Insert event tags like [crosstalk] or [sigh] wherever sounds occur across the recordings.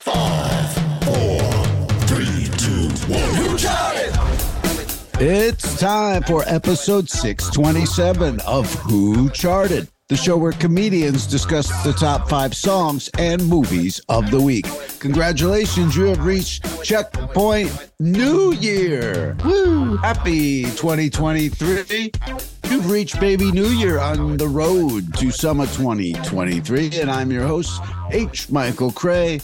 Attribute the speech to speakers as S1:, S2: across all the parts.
S1: Five, four, three, two, one. You got it.
S2: It's time for episode 627 of Who Charted, the show where comedians discuss the top five songs and movies of the week. Congratulations, you have reached Checkpoint New Year. Woo! Happy 2023. You've reached Baby New Year on the road to summer 2023, and I'm your host, H. Michael Cray,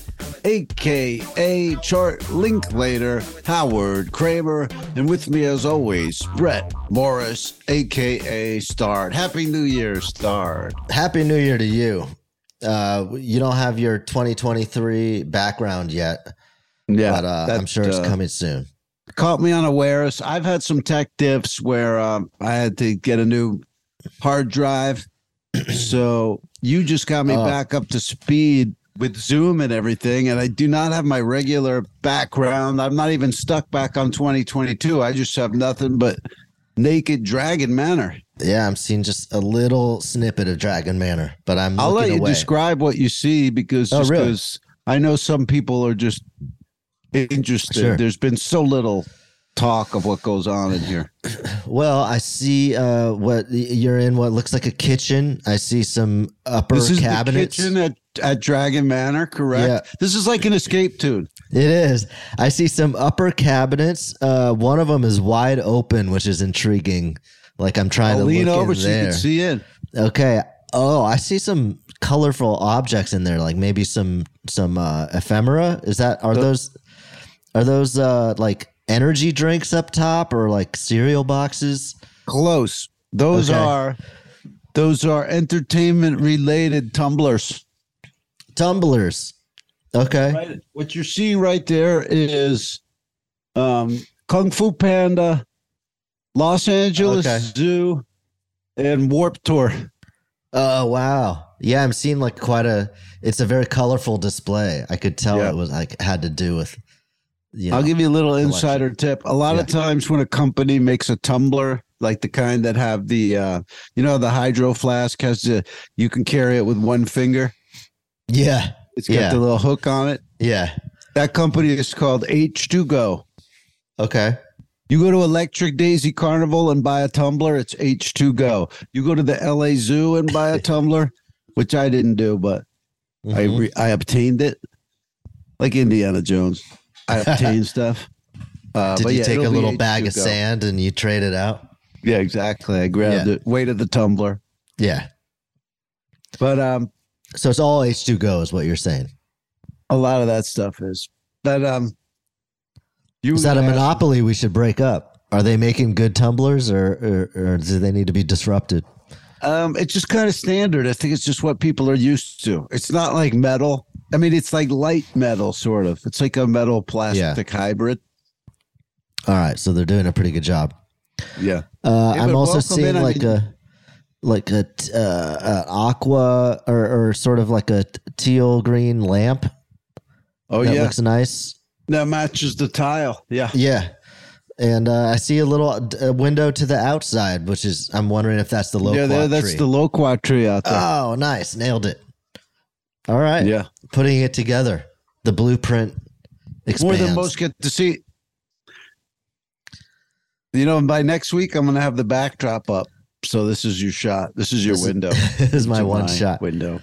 S2: aka Chart Linklater Howard Kramer, and with me as always, Brett Morris, aka Start. Happy New Year, Start.
S3: Happy New Year to you. Uh, you don't have your 2023 background yet,
S2: Yeah,
S3: but uh, I'm
S2: that,
S3: sure it's
S2: uh,
S3: coming soon.
S2: Caught me unaware. So I've had some tech diffs where um, I had to get a new hard drive. so you just got me
S3: Oh.
S2: back up to speed with Zoom and everything. And I do not have my regular background. I'm not even stuck back on 2022. I just have nothing but naked dragon manner.
S3: Yeah, I'm seeing just a little snippet of Dragon Manor, but I'm
S2: I'll let
S3: looking
S2: you
S3: away.
S2: describe what you see because
S3: Oh,
S2: just
S3: really?
S2: 'cause I know some people are just interested.
S3: Sure.
S2: There's been so little talk of what goes on in here.
S3: well, I see uh, what you're in. What looks like a kitchen. I see some upper
S2: this is
S3: cabinets.
S2: the kitchen at, at Dragon Manor, correct?
S3: Yeah.
S2: This is like an escape tune.
S3: It is. I see some upper cabinets. Uh, one of them is wide open, which is intriguing. Like I'm trying
S2: I'll
S3: to
S2: lean
S3: look
S2: over
S3: in
S2: so you
S3: there.
S2: can see in.
S3: Okay. Oh, I see some colorful objects in there, like maybe some some uh, ephemera. Is that are those are those uh, like energy drinks up top or like cereal boxes?
S2: Close. Those
S3: Okay.
S2: are those are entertainment related tumblers.
S3: Tumblers. Okay.
S2: Right. What you're seeing right there is um, Kung Fu Panda, Los Angeles
S3: Okay.
S2: Zoo, and Warp Tour.
S3: Oh wow. Yeah, I'm seeing like quite a. It's a very colorful display. I could tell
S2: Yeah.
S3: it was like had to do with. You
S2: I'll
S3: know.
S2: give you a little
S3: selection.
S2: insider tip. A lot of times when a company makes a tumbler, like the kind that have the uh you know the hydro flask has the you can carry it with one finger.
S3: yeah.
S2: It's got
S3: Yeah.
S2: the little hook on it.
S3: Yeah.
S2: That company is called H2Go.
S3: Okay.
S2: You go to Electric Daisy Carnival and buy a tumbler, it's H2Go. You go to the LA Zoo and
S3: [laughs]
S2: buy a tumbler, which I didn't do, but I
S3: Mhm.
S2: re- I obtained it. Like Indiana Jones. I
S3: [laughs]
S2: obtained stuff. Uh,
S3: Did
S2: but
S3: you
S2: yeah,
S3: take a
S2: it'll be
S3: little bag of
S2: H2Go.
S3: sand and you trade it out?
S2: Yeah, exactly. I grabbed
S3: Yeah.
S2: it, weighted the tumbler.
S3: Yeah.
S2: But um
S3: So it's all H2Go is what you're saying.
S2: a lot of that stuff is. But um you
S3: Is that a
S2: were gonna ask-
S3: monopoly we should break up? Are they making good tumblers or, or, or do they need to be disrupted?
S2: um it's just kind of standard. I think it's just what people are used to. It's not like metal. I mean, it's like light metal sort of. It's like a metal plastic hybrid.
S3: All right. So they're doing a pretty good job.
S2: Yeah.
S3: Uh,
S2: Hey,
S3: I'm
S2: but
S3: also
S2: welcome
S3: seeing
S2: in. I
S3: like
S2: mean-
S3: a like a t- uh, uh, aqua or, or sort of like a t- teal green lamp
S2: Oh
S3: that
S2: yeah.
S3: looks nice.
S2: that matches the tile. Yeah.
S3: Yeah. And uh, I see a little d- uh window to the outside, which is I'm wondering if that's the low.
S2: yeah, there, that's the loquat tree out there.
S3: Oh, nice, nailed it. All right,
S2: yeah.
S3: putting it together. The blueprint expands.
S2: More than most get to see. You know, by next week I'm gonna have the backdrop up. So this is your shot. This is your
S3: This is-
S2: window.
S3: [laughs] this is my
S2: to
S3: one shot.
S2: window.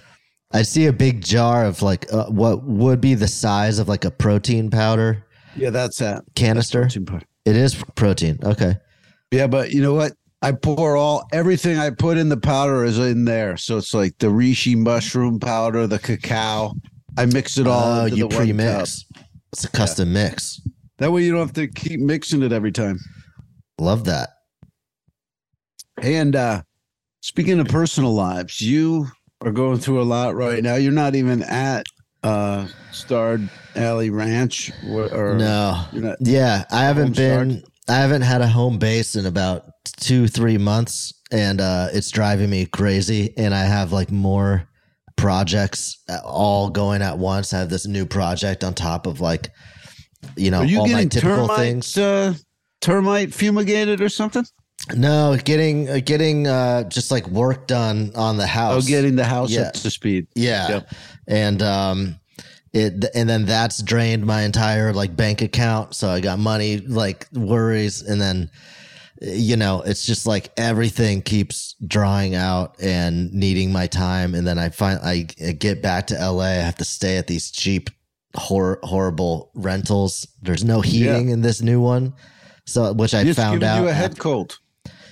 S3: I see a big jar of like uh, what would be the size of like a protein powder
S2: Yeah, that's that.
S3: canister. It is protein. Okay.
S2: Yeah, but you know what? I pour all everything I put in the powder is in there. So it's like the reishi mushroom powder, the cacao. I mix it all.
S3: Oh,
S2: into
S3: you
S2: the one
S3: pre-mix.
S2: cup.
S3: It's a custom mix.
S2: That way you don't have to keep mixing it every time.
S3: Love that.
S2: And uh speaking of personal lives, you are going through a lot right now. You're not even at uh, starred Alley Ranch? Or, or
S3: No.
S2: You're not-
S3: yeah, I haven't
S2: Home
S3: been. I haven't had a home base in about two, three months, and uh, it's driving me crazy. And I have like more projects uh, all going at once. I have this new project on top of like, you know,
S2: Are you
S3: all my
S2: getting
S3: typical
S2: termite,
S3: things.
S2: Uh, termite fumigated or something?
S3: No, getting uh, getting uh, just like work done on the
S2: Oh,
S3: house.
S2: getting the house
S3: Yeah.
S2: up to speed.
S3: Yeah.
S2: Yep.
S3: And um it and then that's drained my entire like bank account, so I got money like worries and then you know, it's just like everything keeps drawing out and needing my time and then I find I get back to LA, I have to stay at these cheap hor- horrible rentals. There's no heating in this new one. So which I
S2: Just
S3: found
S2: giving
S3: out
S2: you a
S3: after-
S2: head cold.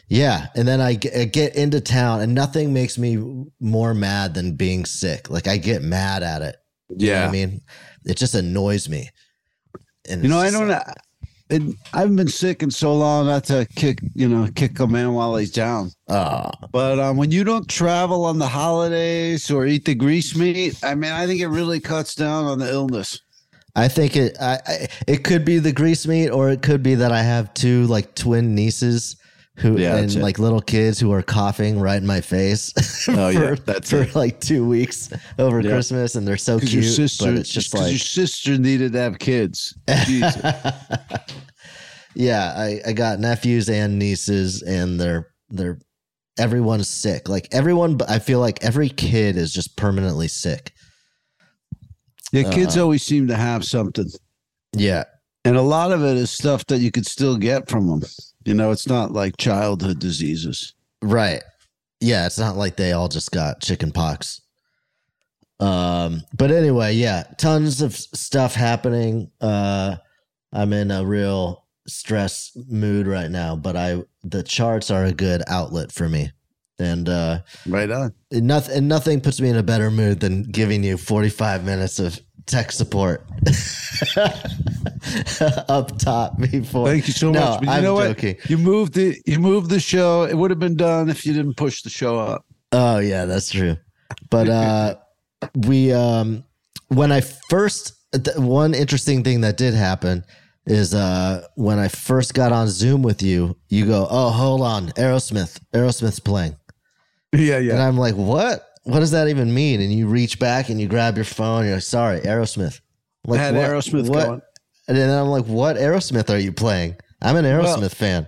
S3: yeah, and then I g- I get into town, and nothing makes me more mad than being sick. Like I get mad at it. You know what
S2: Yeah.
S3: I mean, it just annoys me. And
S2: You
S3: it's
S2: know, I
S3: just
S2: don't.
S3: like-
S2: I- and I've been sick in so long not to kick, you know, kick a man while he's down.
S3: Ah,
S2: But um, when you don't travel on the holidays or eat the grease meat, I mean, I think it really cuts down on the illness.
S3: I think it. I, I it could be the grease meat, or it could be that I have two like twin nieces who
S2: Yeah, that's
S3: and
S2: it.
S3: like little kids who are coughing right in my face. [laughs]
S2: Oh, yeah,
S3: for,
S2: that's
S3: for
S2: it.
S3: like two weeks over
S2: Yeah.
S3: Christmas, and they're so cute.
S2: Because your sister,
S3: but it's just
S2: 'cause
S3: like
S2: your sister needed to have kids. Jesus.
S3: [laughs] yeah, I, I got nephews and nieces, and they're they're everyone's sick. Like everyone, but I feel like every kid is just permanently sick.
S2: yeah, kids
S3: Uh-huh.
S2: always seem to have something,
S3: Yeah,
S2: and a lot of it is stuff that you could still get from them. You know, it's not like childhood diseases.
S3: right. Yeah, it's not like they all just got chicken pox. Um, but anyway, yeah, tons of s- stuff happening. Uh, I'm in a real stress mood right now, but I the charts are a good outlet for me, and uh,
S2: Right on.
S3: And nothing, and nothing puts me in a better mood than giving you 45 minutes of tech support [laughs] up top before.
S2: Thank you so
S3: no,
S2: much. But you
S3: I'm
S2: know
S3: joking.
S2: what? You moved the you moved the show. It would have been done if you didn't push the show up.
S3: Oh yeah, that's true. But uh, [laughs] we um, when I first th- one interesting thing that did happen is uh, when I first got on Zoom with you, you go, "Oh, hold on, Aerosmith, Aerosmith's playing."
S2: Yeah,
S3: And I'm like, what? What does that even mean? And you reach back and you grab your phone. And you're like, sorry, Aerosmith.
S2: I
S3: I'm Like,
S2: had
S3: what-
S2: Aerosmith
S3: what-
S2: going.
S3: And then I'm like, what Aerosmith are you playing? I'm an Aerosmith
S2: Well-
S3: fan.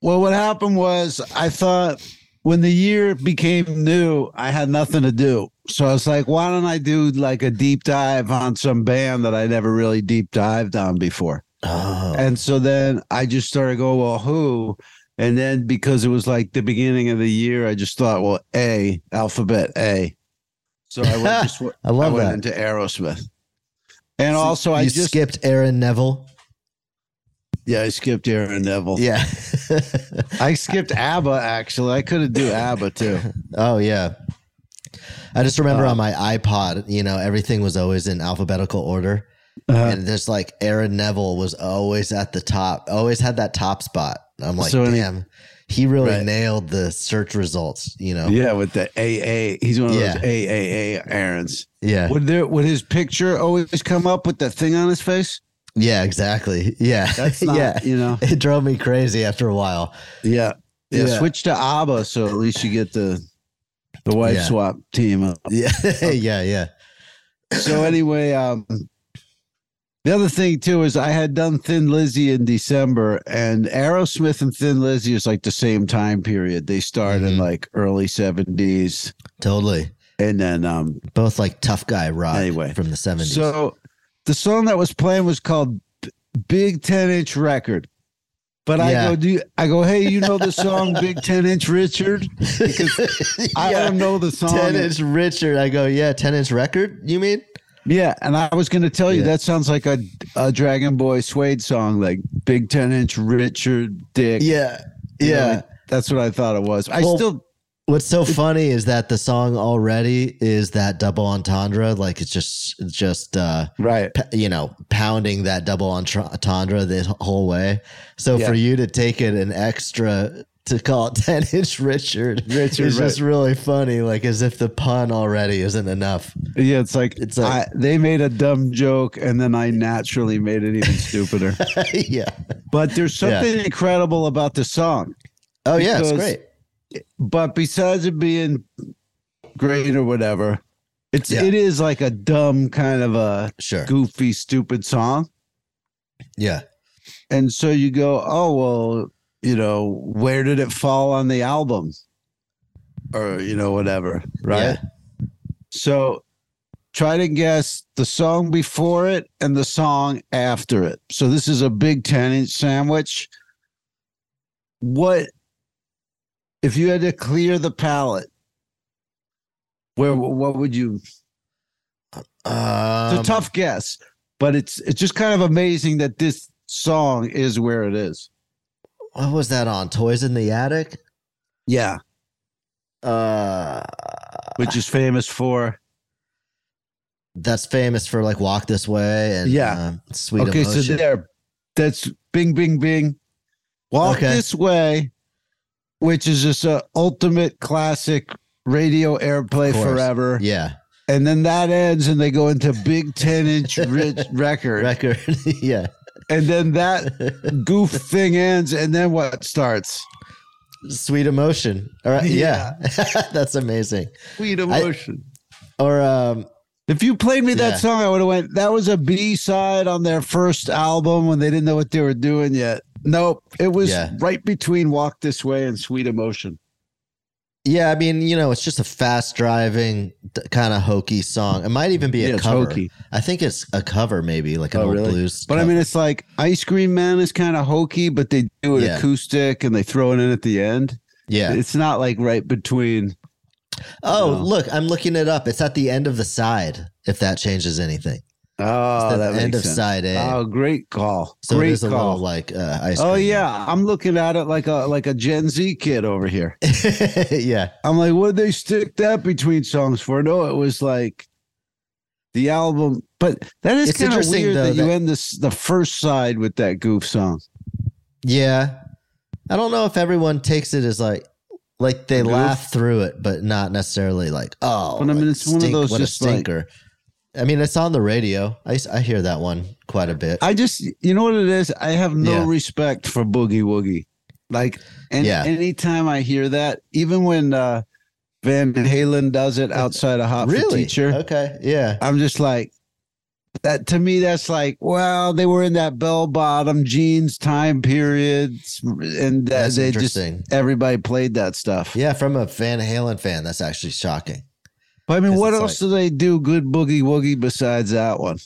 S2: Well, what happened was I thought when the year became new, I had nothing to do. So I was like, why don't I do like a deep dive on some band that I never really deep dived on before?
S3: Oh,
S2: And so then I just started going, well, who? And then because it was like the beginning of the year, I just thought, well, A, alphabet A. So I went, just, went-
S3: I love
S2: I went
S3: that.
S2: into Aerosmith. And also, I
S3: you
S2: just
S3: skipped Aaron Neville.
S2: yeah, I skipped Aaron Neville.
S3: Yeah. [laughs]
S2: I skipped ABBA actually. I could have do ABBA too.
S3: oh, yeah. I just
S2: Uh,
S3: remember on my iPod, you know, everything was always in alphabetical order.
S2: Uh,
S3: and there's like Aaron Neville was always at the top, always had that top spot. I'm like,
S2: So any-
S3: damn, he really
S2: Right.
S3: nailed the search results, you know?
S2: Yeah, with the AA. He's one of
S3: Oh. Yeah. Uh.
S2: those AAA errands.
S3: Yeah.
S2: Would there would his picture always come up with that thing on his face?
S3: Yeah, exactly. Yeah. [laughs]
S2: That's not,
S3: yeah.
S2: you know.
S3: It drove me crazy after a while.
S2: Yeah. yeah.
S3: Yeah.
S2: Switch to ABBA so at least you get the the wife
S3: Yeah.
S2: swap team up.
S3: Yeah. [laughs] yeah. Yeah.
S2: So anyway, um the other thing too is I had done Thin Lizzy in December and Aerosmith and Thin Lizzy is like the same time period. They started in
S3: Mhm.
S2: like early 70s
S3: Totally.
S2: and then um
S3: Both like tough guy rock
S2: Anyway.
S3: from the 70s. [laughs]
S2: So the song that was playing was called B- Big 10 Inch Record. But I
S3: Yeah.
S2: go, do you, I go, hey, you
S3: [laughs]
S2: know the song Big 10 Inch Richard? Because I
S3: Yeah.
S2: don't know the song.
S3: 10 inch Richard. I go, yeah, 10 inch record, you mean?
S2: Yeah. And I was going to tell you,
S3: Yeah.
S2: that sounds like a, a Dragon Boy Suede song, like Big 10 Inch Richard Dick.
S3: Yeah.
S2: You know,
S3: Yeah.
S2: like, that's what I thought it was. I
S3: Well-
S2: still,
S3: What's so funny is that the song already is that double entendre. Like it's just, it's just, uh,
S2: right.
S3: p- you know, pounding that double entra- entendre this whole way. So
S2: Yeah.
S3: for you to take it an extra to call it [laughs] 10 inch Richard,
S2: Richard,
S3: is just really funny. Like as if the pun already isn't enough. [laughs]
S2: Yeah, it's like,
S3: It's
S2: I,
S3: like-
S2: they made a dumb joke and then I naturally made it even
S3: [laughs]
S2: stupider.
S3: yeah.
S2: But there's
S3: Yeah.
S2: something incredible about the song.
S3: Oh yeah, it's
S2: Because-
S3: great.
S2: But besides it being great or whatever, it's
S3: Yeah.
S2: it is like a dumb kind of a
S3: Sure.
S2: goofy, stupid song.
S3: Yeah.
S2: And so you go, oh well, you know, where did it fall on the album? Or you know, whatever. Right.
S3: Yeah.
S2: So try to guess the song before it and the song after it. So this is a big 10 inch sandwich. What if you had to clear the palette? Where what would you It's
S3: Um,
S2: a tough guess, but it's it's just kind of amazing that this song is where it is.
S3: Um, What was that on? Toys in the Attic.
S2: Yeah.
S3: Uh,
S2: Which is famous for
S3: that's famous for like Walk This Way and
S2: Yeah.
S3: um, Sweet
S2: okay,
S3: Emotion.
S2: so there. That's Bing Bing Bing. Walk
S3: Okay.
S2: This Way, which is just a ultimate classic radio airplay
S3: Of course.
S2: forever.
S3: yeah.
S2: And then that ends and they go into big 10
S3: [laughs]
S2: inch rich record.
S3: Record. [laughs] yeah.
S2: And then that goof thing ends. And then what starts?
S3: Sweet Emotion. All right. Yeah. [laughs] that's amazing.
S2: Sweet
S3: emotion. Or um,
S2: if you played me that
S3: Yeah.
S2: song, I would have went, that was a B side on their first album when they didn't know what they were doing yet. Nope. It was
S3: Yeah.
S2: right between Walk This Way and Sweet Emotion.
S3: yeah, I mean, you know, it's just a fast driving kind of hokey song. It might even be a
S2: Yeah, it's
S3: cover.
S2: hokey. Oh,
S3: I think it's a cover, maybe like an old blues.
S2: But I
S3: cover.
S2: mean, it's like Ice Cream Man is kind of hokey, but they do it
S3: Yeah.
S2: acoustic and they throw it in at the end.
S3: yeah.
S2: It's not like right between.
S3: Oh,
S2: No.
S3: look, I'm looking it up. It's at the end of the side. If that changes anything,
S2: Oh,
S3: the
S2: that
S3: end
S2: makes
S3: of
S2: sense.
S3: side A.
S2: Oh, great call.
S3: so it
S2: great
S3: is a little
S2: call.
S3: like uh, ice.
S2: Oh
S3: cream.
S2: yeah, I'm looking at it like a like a Gen Z kid over here.
S3: [laughs] yeah,
S2: I'm like, what would they stick that between songs for? No, it was like the album. But that is
S3: It's
S2: kind of
S3: interesting,
S2: weird
S3: though,
S2: that, you
S3: that-
S2: end this the first side with that goof song.
S3: yeah. I don't know if everyone takes it as like, like they
S2: Goof?
S3: laugh through it, but not necessarily like, oh,
S2: But I mean,
S3: like,
S2: it's one of those
S3: what a
S2: just like-
S3: stinker. I mean, it's on the radio. I s- I hear that one quite a bit.
S2: I just, you know what it is? I have no
S3: Yeah.
S2: respect for Boogie Woogie. Like, and
S3: Yeah.
S2: anytime I hear that, even when uh, Van Halen does it outside of Hot for
S3: really?
S2: Teacher,
S3: Okay. Yeah.
S2: I'm just like, that to me, that's like, well, they were in that bell bottom jeans time period, and uh,
S3: That's
S2: they just
S3: interesting.
S2: everybody played that stuff.
S3: yeah, from a Van Halen fan, that's actually shocking.
S2: But I mean,
S3: 'Cause
S2: what
S3: it's
S2: else
S3: like-
S2: do they do good Boogie Woogie besides that
S3: [laughs]
S2: one?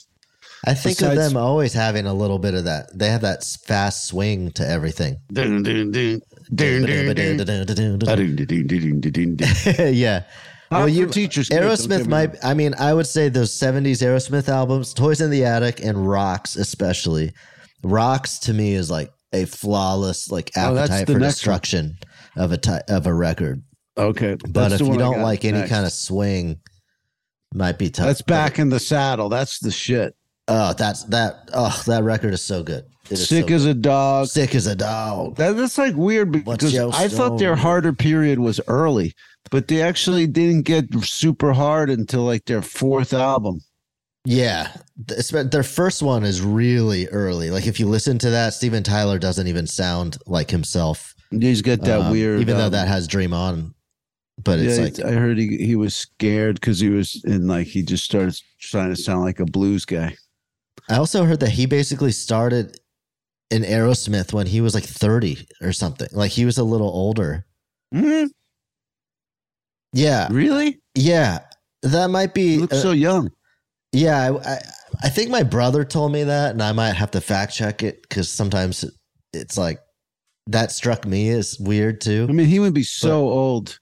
S3: I think of
S2: Besides-
S3: them always having a little bit of that. They have that s- fast swing to everything.
S2: Dun, dun, dun, dun, dun, dun.
S3: yeah.
S2: Dun, dun, dun, dun, dun, dun, dun.
S3: [laughs] Well,
S2: Hot
S3: you-
S2: for Teacher's good, don't get
S3: Aerosmith
S2: me wrong.
S3: might. I mean, I would say those '70s Aerosmith albums, "Toys in the Attic" and "Rocks," especially. "Rocks" to me is like a flawless, like
S2: Oh, that's
S3: appetite
S2: the
S3: for
S2: next one.
S3: destruction of a ty- of a record.
S2: Okay,
S3: But
S2: that's the
S3: if you
S2: one I
S3: don't
S2: got
S3: like any
S2: next.
S3: kind of swing, might be tough.
S2: that's
S3: But-
S2: back in the saddle. That's the shit.
S3: Oh, that's that. Oh, that record is so good. It is
S2: Sick
S3: so
S2: as a dog.
S3: good. sick as a dog.
S2: That, that's like weird
S3: What's
S2: because
S3: your
S2: I thought their
S3: story?
S2: harder period was early, but they actually didn't get super hard until like their fourth album.
S3: Yeah, Th- espe- their first one is really early. Like if you listen to that, Steven Tyler doesn't even sound like himself.
S2: He's got that
S3: Um,
S2: weird.
S3: even though
S2: um,
S3: that has Dream On, but it's
S2: yeah,
S3: like
S2: I heard he, he was scared because he was in like he just started trying to sound like a blues guy.
S3: I also heard that he basically started in Aerosmith when he was like thirty or something. Like he was a little older. Mm-hmm. Yeah,
S2: Uh, Really?
S3: yeah, that might
S2: He
S3: be.
S2: looks
S3: uh,
S2: so young.
S3: yeah, I, I, I think my brother told me that, and I might have to fact check it because sometimes it's like that struck me as weird too.
S2: I mean, he would be so old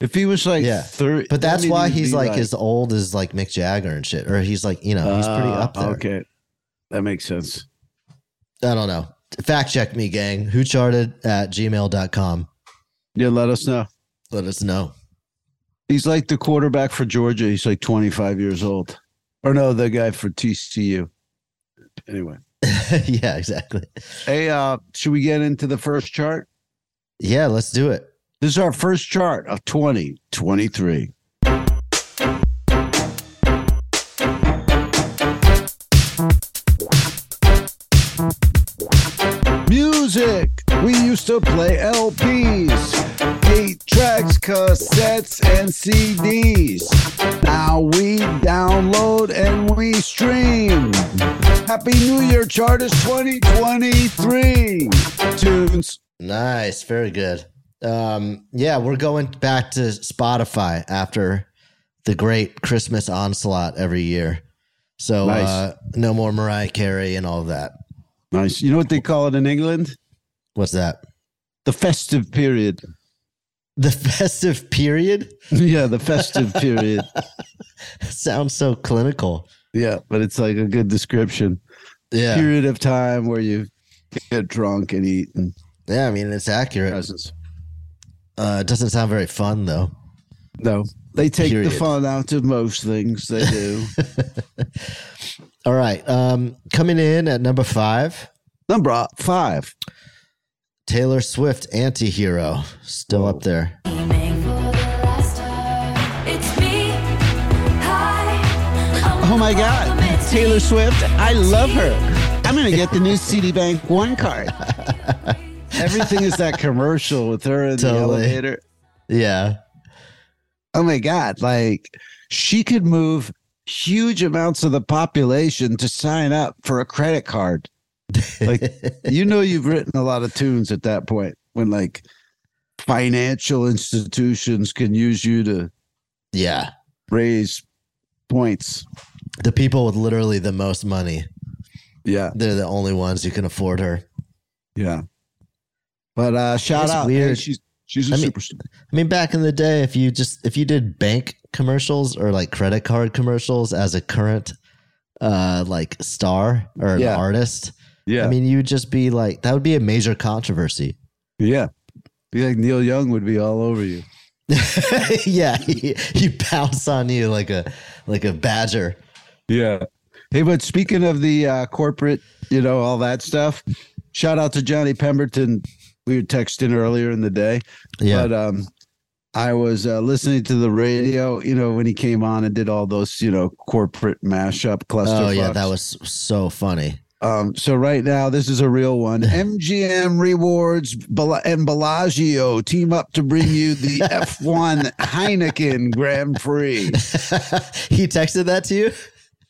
S2: if he was like
S3: Yeah.
S2: thirty.
S3: But that's
S2: I mean,
S3: why
S2: he'd
S3: he's
S2: be
S3: like, as old as like Mick Jagger and shit, or he's like you know he's pretty
S2: Ah,
S3: up there.
S2: Okay, that makes sense.
S3: I don't know. Fact check me, gang. Who charted at gmail.com.
S2: Yeah, let us know.
S3: Let us know.
S2: He's like the quarterback for Georgia. He's like 25 years old. Or no, the guy for TCU. Anyway.
S3: [laughs] yeah, exactly.
S2: Hey, uh, should we get into the first chart?
S3: Yeah, let's do it.
S2: This is our first chart of 2023. used to play LPs, eight tracks, cassettes, and CDs. Now we download and we stream. Happy New Year, Chartist 2023. Tunes.
S3: Nice, very good. Um, yeah, we're going back to Spotify after the great Christmas onslaught every year. So
S2: Nice.
S3: uh, no more Mariah Carey and all of that.
S2: Nice. You know what they call it in England?
S3: What's that?
S2: The festive period. [laughs]
S3: The [laughs] festive period
S2: Yeah, the festive period.
S3: sounds so clinical.
S2: Yeah, but it's like a good description.
S3: Yeah,
S2: Period of time where you get drunk and eat and
S3: yeah. I mean, it's accurate.
S2: presents.
S3: Uh, it doesn't sound very fun though.
S2: No, they take
S3: Period.
S2: the fun out of most things. They do.
S3: All right, um, coming in at number five,
S2: Number five.
S3: Taylor Swift, "Anti-Hero," still up there.
S2: Oh my God, Taylor Swift. I love her. I'm gonna get the new Citibank One card. Everything is that commercial with her in the
S3: Totally.
S2: elevator.
S3: Yeah,
S2: oh my god like she could move huge amounts of the population to sign up for a credit card
S3: [laughs]
S2: like you know you've written a lot of tunes at that point when like financial institutions can use you to
S3: yeah.
S2: raise points
S3: The people with literally the most money,
S2: yeah
S3: they're the only ones who can afford her.
S2: yeah but uh shout
S3: It's
S2: out
S3: weird.
S2: hey, she's she's a
S3: I mean-
S2: superstar
S3: I mean, back in the day, if you just if you did bank commercials or like credit card commercials as a current uh like star or an
S2: Yeah.
S3: artist,
S2: yeah
S3: I mean, you would just be like that would be a major controversy. [laughs]
S2: yeah be like neil young would be all over you
S3: yeah, [laughs] he, he pounce on you like a like a badger.
S2: Yeah. Hey, but speaking of the uh, corporate, you know, all that stuff, shout out to Johnny Pemberton. We were texting earlier in the day,
S3: Yeah,
S2: but um, I was uh, listening to the radio, you know, when he came on and did all those, you know, corporate mashup cluster.
S3: oh yeah, that was so funny. [laughs]
S2: Um, so right now, this is a real one. MGM Rewards Bel- and Bellagio team up to bring you the
S3: [laughs]
S2: F1 Heineken Grand Prix.
S3: he texted that to you.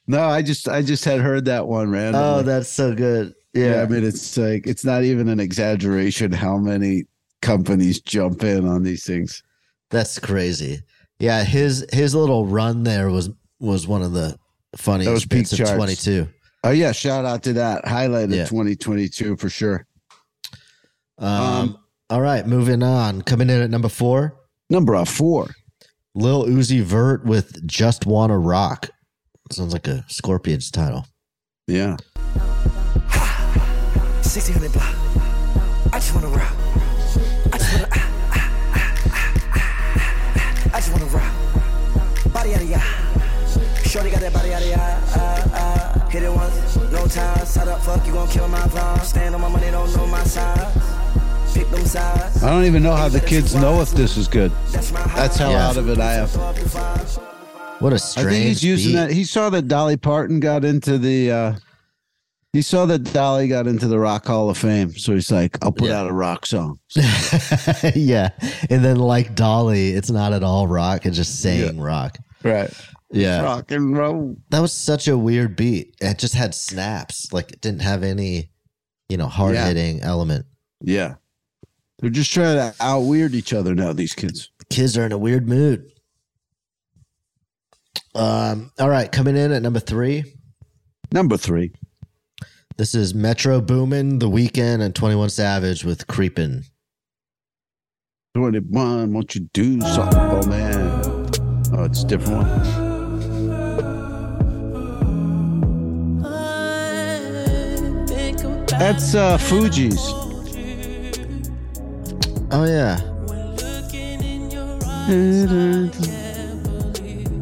S2: No, I just, I just had heard that one randomly.
S3: Oh, that's so good.
S2: Yeah,
S3: Yeah,
S2: I mean, it's like it's not even an exaggeration how many companies jump in on these things.
S3: That's crazy. Yeah, his his little run there was was one of the funniest
S2: That was peak
S3: bits of
S2: charts.
S3: 22.
S2: Oh yeah, shout out to that highlight of
S3: Yeah.
S2: 2022 for sure.
S3: Um,
S2: Um,
S3: all right, moving on. Coming in at number 4,
S2: Number uh, four.
S3: Lil Uzi Vert with Just Wanna Rock. Sounds like a Scorpions title.
S2: Yeah,
S4: 1600 block. I just wanna rock. I just wanna. ah, ah, ah, ah, ah, ah. I just wanna rock. Body out of ya. Shorty got that body out of ya. Uh, uh. Hit it once, no time. Side up, fuck, you gon' kill my vibe. Stand on my money, don't know my size. Pick them sides.
S2: I don't even know how the kids know if this is good.
S4: That's my high.
S2: That's how
S3: Yeah.
S2: out of it I am.
S4: Fuck the vibes.
S3: What a
S2: I
S3: strange
S2: think he's using
S3: beat.
S2: that. He saw that Dolly Parton got into the. uh He saw that Dolly got into the Rock Hall of Fame, so he's like, "I'll put
S3: Yeah.
S2: out a rock
S3: [laughs]
S2: song."
S3: [laughs] yeah. And then like Dolly, it's not at all rock, it's just saying rock.
S2: Right.
S3: Yeah.
S2: Rock and roll.
S3: That was such a weird beat. It just had snaps. Like it didn't have any, you know, hard-hitting element.
S2: Yeah. They're just trying to out weird each other now. These kids.
S3: kids are in a weird mood. Um, all right, coming in at number three.
S2: Number three.
S3: This is Metro Boomin, The Weekend, and 21 Savage with Creepin'.
S2: 21, won't you do something? Oh, man. Oh, it's a different one. That's uh, Fuji's.
S3: Oh, yeah.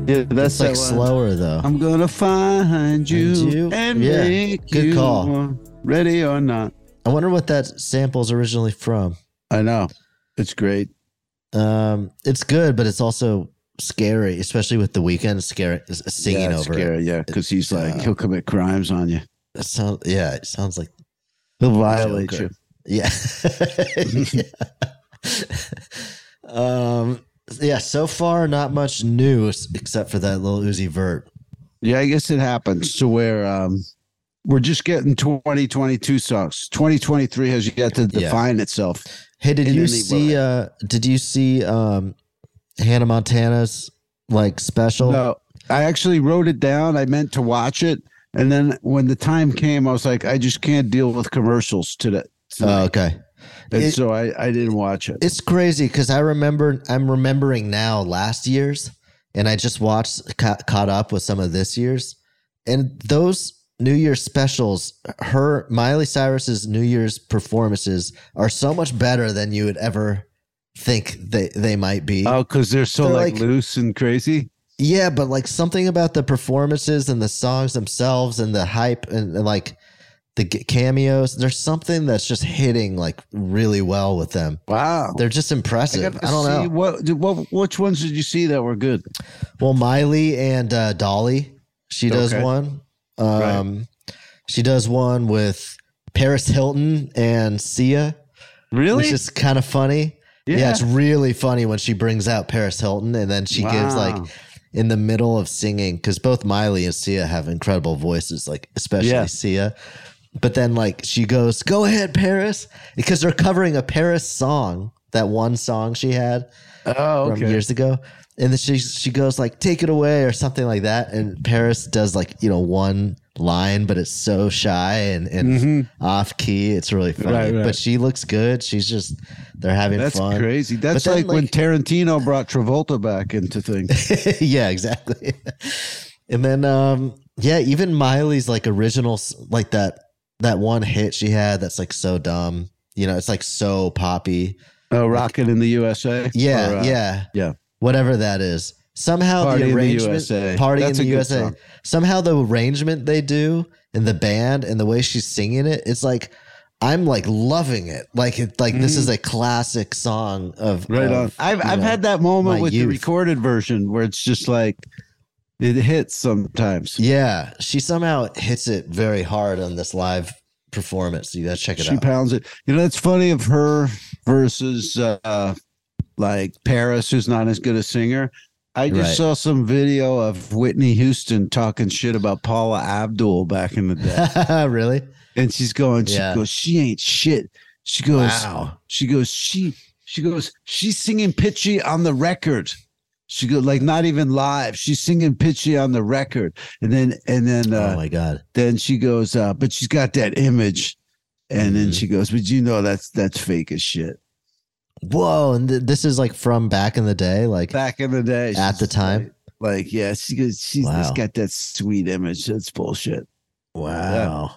S2: Yeah, that's
S3: It's
S2: that
S3: like
S2: one. Um,
S3: slower, though.
S2: I'm gonna find you
S3: Find you.
S2: and
S3: Yeah,
S2: make
S3: good
S2: you
S3: call.
S2: one, ready or not.
S3: I wonder what that sample's originally from.
S2: I know. It's great.
S3: Um, it's good, but it's also scary, especially with The Weekend scary, s- singing
S2: yeah, it's
S3: over uh,
S2: scary,
S3: it.
S2: Yeah, because he's like,
S3: Yeah.
S2: he'll commit crimes on you.
S3: it sounds, yeah, it sounds like
S2: He'll violate
S3: Joker.
S2: you.
S3: Yeah. um, yeah, so far, not much news except for that little Uzi Vert.
S2: Yeah, I guess it happens to where um, we're just getting 2022 songs. 2023 has yet to
S3: Yeah.
S2: define itself.
S3: Hey, did
S2: In
S3: you
S2: any
S3: see?
S2: way.
S3: Uh, did you see um, Hannah Montana's like special?
S2: No, I actually wrote it down. I meant to watch it, and then when the time came, I was like, I just can't deal with commercials today.
S3: Oh,
S2: tonight.
S3: okay.
S2: and
S3: it-
S2: so I, I didn't watch it.
S3: It's crazy because I remember. I'm remembering now last year's, and I just watched ca- caught up with some of this year's, and those New Year's specials. Her Miley Cyrus's New Year's performances are so much better than you would ever think they they might be.
S2: Oh, because they're so
S3: They're
S2: like,
S3: like-
S2: loose and crazy.
S3: Yeah, but like something about the performances and the songs themselves and the hype and, and, like the g- cameos. There's something that's just hitting like really well with them.
S2: Wow.
S3: They're just impressive. I, don't
S2: see
S3: know.
S2: What, what which ones did you see that were good?
S3: Well, Miley and uh, Dolly, she does
S2: Okay.
S3: one. Um, She does one with Paris Hilton and Sia,
S2: Really?
S3: which is kind of funny. Yeah.
S2: Yeah.
S3: it's really funny when she brings out Paris Hilton and then she
S2: Wow.
S3: gives like in the middle of singing because both Miley and Sia have incredible voices, like especially
S2: Yeah.
S3: Sia. But then like she goes, "Go ahead, Paris," because they're covering a Paris song, that one song she had
S2: oh,
S3: from
S2: okay.
S3: years ago, and then she she goes like, "Take it away" or something like that, and Paris does like you know one line, but it's so shy and, and off key. It's really funny,
S2: Mm-hmm. Right, right.
S3: but she looks good. She's just they're having
S2: That's
S3: fun.
S2: crazy. That's
S3: then,
S2: like, when
S3: like-
S2: Tarantino brought Travolta back into things.
S3: [laughs] yeah, exactly. and then um yeah, even Miley's like original s- like that that one hit she had that's like so dumb. You know, it's like so poppy.
S2: Oh, Rocket in the USA.
S3: Yeah,
S2: Or, uh,
S3: yeah.
S2: yeah.
S3: Whatever that is. Somehow
S2: Party in
S3: the
S2: the
S3: arrangement
S2: USA.
S3: Party
S2: That's
S3: in
S2: a
S3: the
S2: good
S3: USA.
S2: song.
S3: Somehow the arrangement they do and the band and the way she's singing it, it's like I'm like loving it. Like it like this is a classic song of
S2: Mm. Right on.
S3: of,
S2: Uh, I've
S3: you
S2: I've
S3: know,
S2: had that
S3: my
S2: moment with the
S3: youth.
S2: recorded version where it's just like it hits sometimes.
S3: Yeah, she somehow hits it very hard on this live performance. You gotta check it
S2: she
S3: out.
S2: pounds it. You know, that's funny of her versus uh, like Paris, who's not as good a singer. I just
S3: Right.
S2: saw some video of Whitney Houston talking shit about Paula Abdul back in the day,
S3: [laughs] really?
S2: and she's going, she
S3: Yeah.
S2: goes, she ain't shit. She goes,
S3: Wow.
S2: she goes, she, she goes, she's singing pitchy on the record. She goes like not even live. She's singing pitchy on the record, and then and then uh,
S3: oh my god.
S2: then she goes, uh, but she's got that image. And then
S3: Mhm.
S2: she goes, but you know that's that's fake as shit.
S3: Whoa! And th- this is like from back in the day, like
S2: Back in the day,
S3: at
S2: she's
S3: the time.
S2: like, like, yeah, she goes, she's
S3: Wow.
S2: just got that sweet image. That's bullshit.
S3: Wow.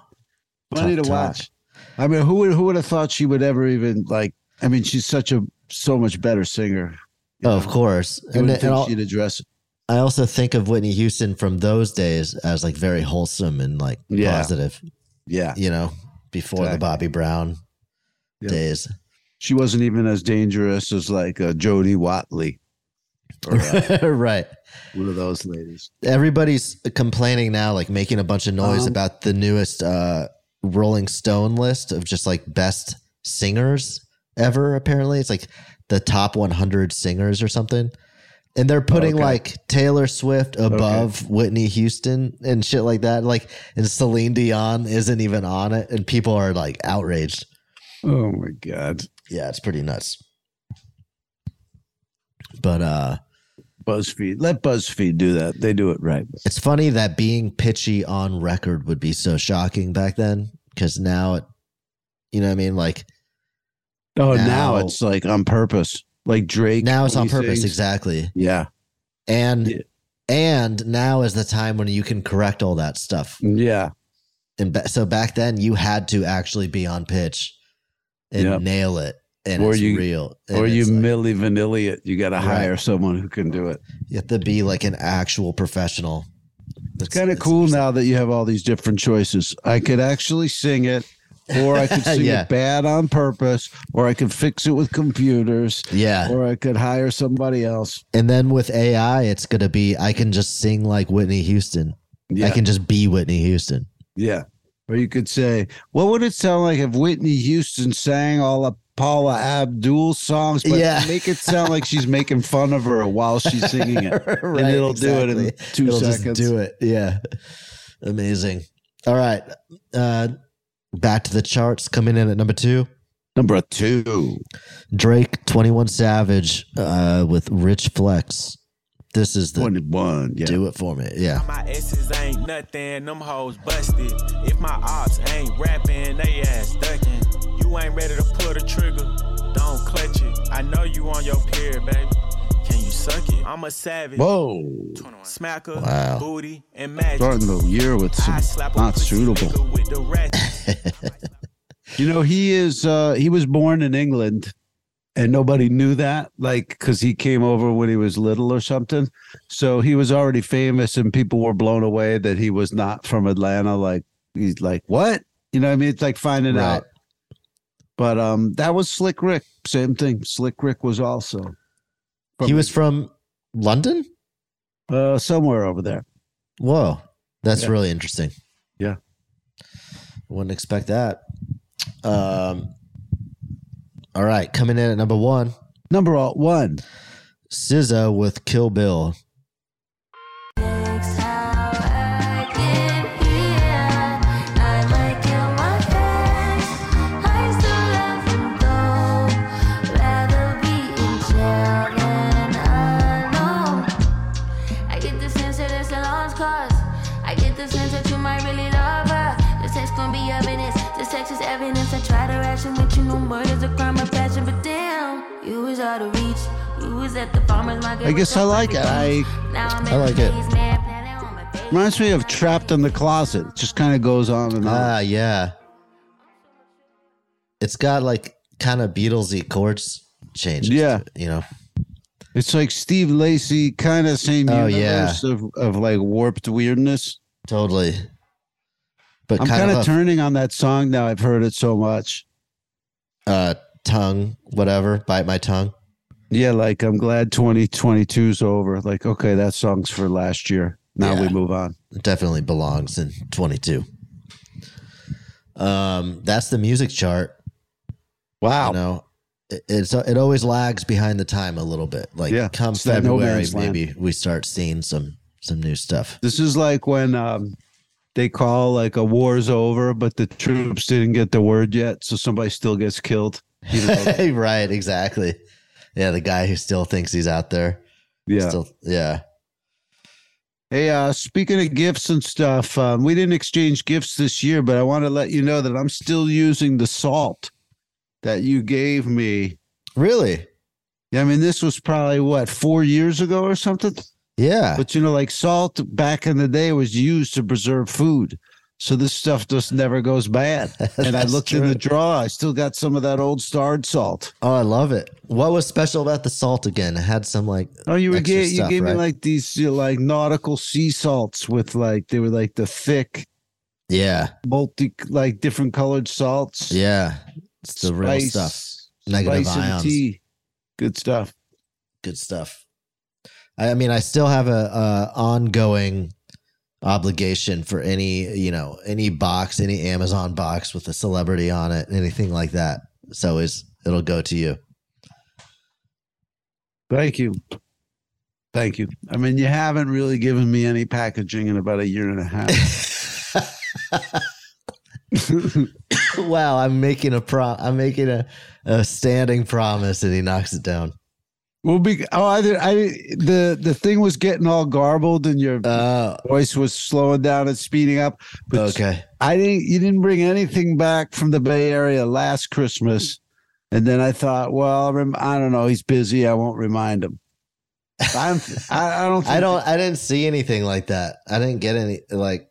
S2: Funny
S3: Tough
S2: to
S3: time.
S2: watch. I mean, who would who would have thought she would ever even like? I mean, she's such a so much better singer. you
S3: Oh,
S2: know?
S3: of course.
S2: You
S3: And,
S2: wouldn't
S3: then- and
S2: think
S3: I'll-
S2: she'd address it.
S3: I also think of Whitney Houston from those days as like very wholesome and like
S2: Yeah.
S3: positive.
S2: Yeah,
S3: You know, before the
S2: Exactly.
S3: Bobby Brown
S2: Yeah.
S3: days.
S2: she wasn't even as dangerous as like uh, Jody Watley or uh, [laughs]
S3: [laughs] right.
S2: one of those ladies.
S3: everybody's complaining now, like making a bunch of noise
S2: Um,
S3: about the newest uh, Rolling Stone list of just like best singers ever. Apparently, it's like the top 100 singers or something, and they're putting
S2: Okay.
S3: like Taylor Swift above Whitney Houston and shit like that. Like, and Celine Dion isn't even on it, and people are like outraged.
S2: Oh my god,
S3: Yeah, it's pretty nuts. But uh,
S2: BuzzFeed, let BuzzFeed do that. They do it right.
S3: It's funny that being pitchy on record would be so shocking back then because now it, you know what I mean? Like
S2: Oh,
S3: Now-
S2: now, it's like on purpose, like Drake.
S3: now it's
S2: when
S3: on
S2: he
S3: purpose.
S2: sings.
S3: Exactly.
S2: Yeah,
S3: And,
S2: Yeah.
S3: and now is the time when you can correct all that stuff.
S2: yeah,
S3: And ba- so back then you had to actually be on pitch and
S2: Yep.
S3: nail it. And
S2: Or
S3: it's
S2: you-
S3: real. And
S2: or you
S3: it's like-
S2: Millie Vanilli it. You got to
S3: Right.
S2: hire someone who can do it.
S3: you have to be like an actual professional.
S2: It's kind of cool now that you have all these different choices. I could actually sing it, or I
S3: [laughs]
S2: could sing
S3: Yeah.
S2: it bad on purpose, or I could fix it with computers,
S3: Yeah.
S2: or I could hire somebody else.
S3: And then with AI, it's going to be I can just sing like Whitney Houston.
S2: Yeah,
S3: I can just be Whitney Houston.
S2: yeah. Or you could say, what would it sound like if Whitney Houston sang all of Paula Abdul songs, but
S3: Yeah.
S2: make it sound like she's making fun of her while she's singing
S3: [laughs]
S2: it? and it'll do it in
S3: exactly.
S2: 2
S3: It'll just
S2: seconds.
S3: do it. Yeah. Amazing. All right. Uh, back to the charts. Coming in at number two,
S2: Number two.
S3: Drake, 21 Savage uh, with Rich Flex. This is the
S2: 21. Yeah.
S3: do it for me. Yeah.
S5: My S's ain't nothing, them hoes busted. If my ops ain't rapping, they ass ducking. You ain't ready to pull the trigger, don't clutch it. I know you on your period, baby. Can you suck it? I'm a savage,
S2: Whoa.
S5: smacker,
S3: Wow.
S5: booty, and magic.
S2: Starting the year with some
S5: I slap a
S2: not
S5: pussy
S2: suitable.
S5: nigga with the ratchet.
S2: You know, he is uh he was born in England and nobody knew that like cuz he came over when he was little or something. So he was already famous and people were blown away that he was not from Atlanta like he's like what? You know what I mean? It's like finding
S3: Right.
S2: out. But um that was Slick Rick, same thing. Slick Rick was also from,
S3: He was from London?
S2: uh somewhere over there.
S3: Whoa. That's
S2: Yeah.
S3: really interesting.
S2: Yeah.
S3: Wouldn't expect that. Um, all right. Coming in at number one,
S2: Number all- 1.
S3: SZA with Kill Bill.
S6: Evidence. I try to ration with you. No murder's a crime of passion, but damn, you was out of reach. You was at the farmer's market.
S2: I guess I like it. I
S6: I
S3: like it.
S2: reminds me of Trapped in the Closet. It just kind of goes on and on.
S3: Ah, yeah. It's got like kind of Beatlesy chords changes. to
S2: Yeah.
S3: it, you know.
S2: It's like Steve Lacy, kind of same
S3: Oh,
S2: universe of, of like warped weirdness.
S3: Totally. But
S2: I'm
S3: kind of, a,
S2: turning on that song now. I've heard it so much.
S3: uh, tongue, whatever. Bite my tongue.
S2: Yeah, like I'm glad 2022's over. Like, okay, that song's for last year. Now we
S3: Yeah.
S2: move on.
S3: definitely belongs in 22. Um, that's the music chart.
S2: Wow.
S3: You know, it, it's it always lags behind the time a little bit. Like
S2: Yeah,
S3: come
S2: it's that no
S3: February,
S2: man's land.
S3: maybe we start seeing some some new stuff.
S2: This is like when um, they call like a war's over, but the troops didn't get the word yet. So somebody still gets killed. even though-
S3: [laughs] right, exactly. Yeah, the guy who still thinks he's out there.
S2: yeah.
S3: Still, yeah.
S2: Hey, uh, speaking of gifts and stuff, um, we didn't exchange gifts this year, but I want to let you know that I'm still using the salt that you gave me.
S3: Really?
S2: Yeah, I mean, this was probably what four years ago or something.
S3: Yeah.
S2: But you know, like salt back in the day was used to preserve food, so this stuff just never goes bad. And I
S3: [laughs] That's
S2: looked in
S3: true.
S2: the drawer; I still got some of that old starred salt.
S3: Oh, I love it. What was special about the salt again? It had some like
S2: Oh, you were
S3: extra
S2: gave, you
S3: stuff,
S2: gave me
S3: right?
S2: like these you know, like nautical sea salts with like they were like the thick
S3: yeah,
S2: multi like different colored salts.
S3: yeah. It's the real
S2: Spice-
S3: stuff. Negative
S2: spice and
S3: ions.
S2: tea. Good stuff.
S3: good stuff. I I mean, I still have a, a ongoing obligation for any you know any box, any Amazon box with a celebrity on it, anything like that. So is it'll go to you.
S2: Thank you. Thank you. I mean, you haven't really given me any packaging in about a year and a half.
S3: wow, I'm making a pro. I'm making a, a standing promise, and he knocks it down.
S2: well, be oh, I, did- I the the thing was getting all garbled and your
S3: Oh,
S2: voice was slowing down and speeding up. But
S3: okay.
S2: I didn't. You didn't bring anything back from the Bay Area last Christmas, and then I thought, well, rem- I don't know. He's busy. I won't remind him. I'm. I, I don't. Think
S3: [laughs] I don't. I didn't see anything like that. I didn't get any. Like,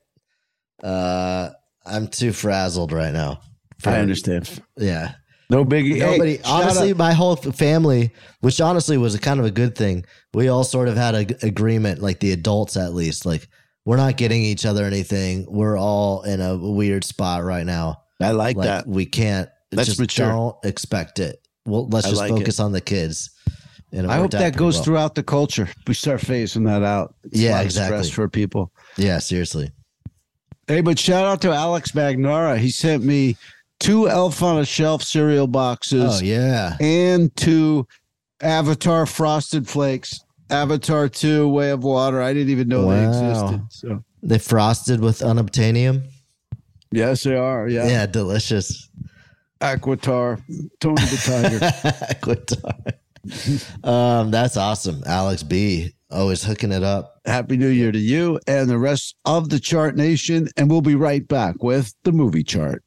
S3: uh, I'm too frazzled right now.
S2: I understand.
S3: Yeah.
S2: No biggie. Hey,
S3: Nobody.
S2: shout out-
S3: honestly, my whole f- family, which honestly was a kind of a good thing, we all sort of had an agreement, like the adults at least, like we're not getting each other anything. We're all in a weird spot right now.
S2: I like,
S3: Like
S2: that.
S3: we can't.
S2: That's
S3: just
S2: mature.
S3: Don't expect it. Well, let's
S2: I
S3: just
S2: like
S3: focus on the kids. And it
S2: I hope
S3: worked out
S2: that
S3: pretty
S2: goes
S3: well.
S2: throughout the culture. We start phasing that out. It's a
S3: Yeah,
S2: lot of
S3: exactly.
S2: stress for people.
S3: Yeah, seriously.
S2: Hey, but shout out to Alex Magnara. He sent me two Elf on a Shelf cereal boxes
S3: Oh yeah.
S2: and two Avatar Frosted Flakes. Avatar 2 Way of Water. I didn't even know they
S3: Wow.
S2: existed. So,
S3: They frosted with unobtainium.
S2: yes, they are. Yeah.
S3: Yeah, delicious.
S2: Aquatar, Tony the
S3: [laughs]
S2: Tiger.
S3: Aquatar. um, that's awesome. Alex B always hooking it up.
S2: Happy New Year to you and the rest of the Chart Nation. And we'll be right back with the movie chart.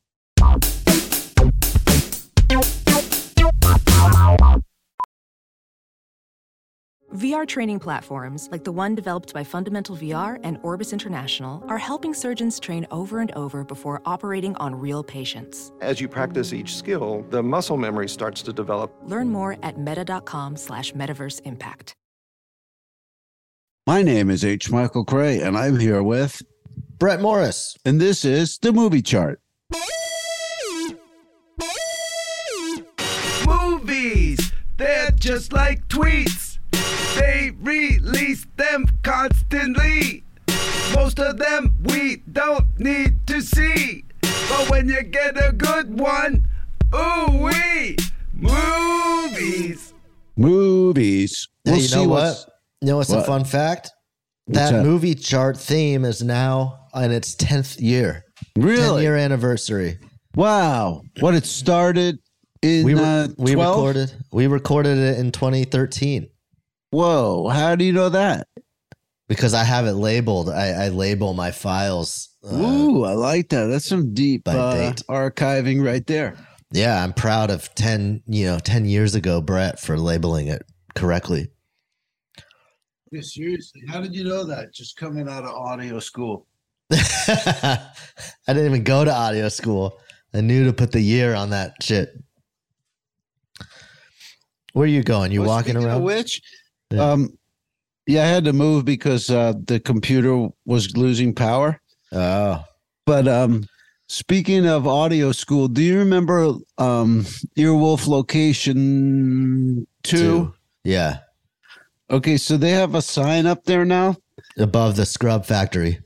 S7: VR training platforms, like the one developed by Fundamental VR and Orbis International, are helping surgeons train over and over before operating on real patients.
S8: As you practice each skill, the muscle memory starts to develop.
S7: Learn more at meta.com slash metaverse impact.
S2: My name is H. Michael Gray, and I'm here with,
S3: Brett Morris.
S2: and this is the movie chart.
S9: Movies, they're just like tweets. They release them constantly. Most of them we don't need to see. But when you get a good one, ooh wee! Movies!
S2: Movies.
S3: Hey,
S2: We'll
S3: you
S2: see
S3: know what?
S2: what's-
S3: You know what's a
S2: What?
S3: fun fact?
S2: What's
S3: that
S2: that?
S3: movie chart theme is now in its tenth year. Ten
S2: Really?
S3: year anniversary.
S2: Wow. What it started in
S3: We, re-
S2: uh,
S3: we
S2: 12?
S3: recorded we recorded it in 2013
S2: Whoa. How do you know that?
S3: because I have it labeled. I, I label my files. Uh,
S2: Ooh, I like that. That's some deep
S3: by
S2: uh,
S3: date.
S2: archiving right there.
S3: yeah, I'm proud of ten you know ten years ago, Brett, for labeling it correctly. [laughs]
S2: seriously, how did you know that? Just coming out of audio school.
S3: I didn't even go to audio school. I knew to put the year on that shit. Where are you going? You walking around?
S2: which,
S3: Yeah.
S2: um, yeah, I had to move because uh, the computer was losing power.
S3: oh,
S2: But um, speaking of audio school, do you remember um, Earwolf Location
S3: two.
S2: two?
S3: Yeah,
S2: Okay, so they have a sign up there now.
S3: above the scrub factory.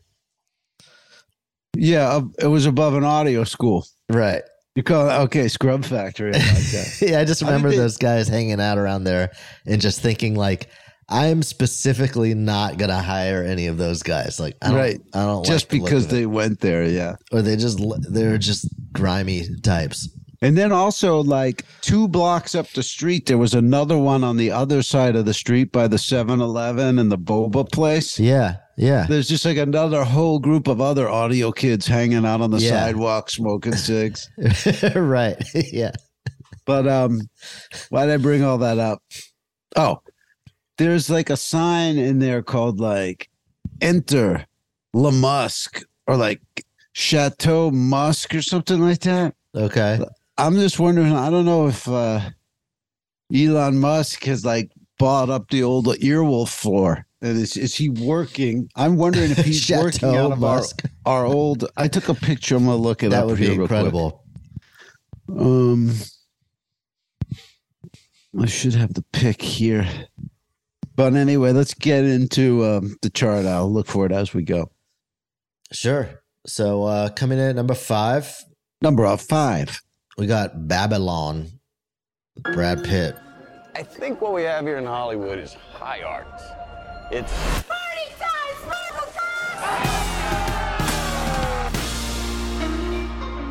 S2: Yeah, uh, it was above an audio school.
S3: Right.
S2: You call it okay, Scrub Factory. I
S3: [laughs]
S2: like that.
S3: yeah, I just
S2: How did
S3: remember
S2: they-
S3: those guys hanging out around there and just thinking like, I'm specifically not gonna hire any of those guys. Like, I don't,
S2: Right.
S3: I don't
S2: Just
S3: like the look
S2: because
S3: of it.
S2: they went there, yeah.
S3: or they just l- they're just grimy types.
S2: And then also, like two blocks up the street, there was another one on the other side of the street by the 7 Eleven and the Boba place.
S3: Yeah, yeah.
S2: There's just like another whole group of other audio kids hanging out on the
S3: Yeah.
S2: sidewalk smoking cigs.
S3: [laughs] right. [laughs] yeah.
S2: But um, why did I bring all that up? Oh, there's like a sign in there called like "Enter La Musk" or like "Chateau Musk" or something like that.
S3: Okay.
S2: I'm just wondering. I don't know if uh, Elon Musk has like bought up the old Earwolf floor, and is is he working? I'm wondering if he's working
S3: [laughs] Chateau
S2: out of our,
S3: Musk.
S2: our old. I took a picture. I'm gonna look it
S3: That
S2: up.
S3: would
S2: here
S3: be
S2: real quick.
S3: incredible.
S2: Um, I should have the pick here. But anyway, let's get into um, the chart. I'll look for it as we go.
S3: Sure. So uh coming in at number five,
S2: Number uh, five.
S3: we got Babylon. Brad Pitt.
S9: I think what we have here in Hollywood is high art. It's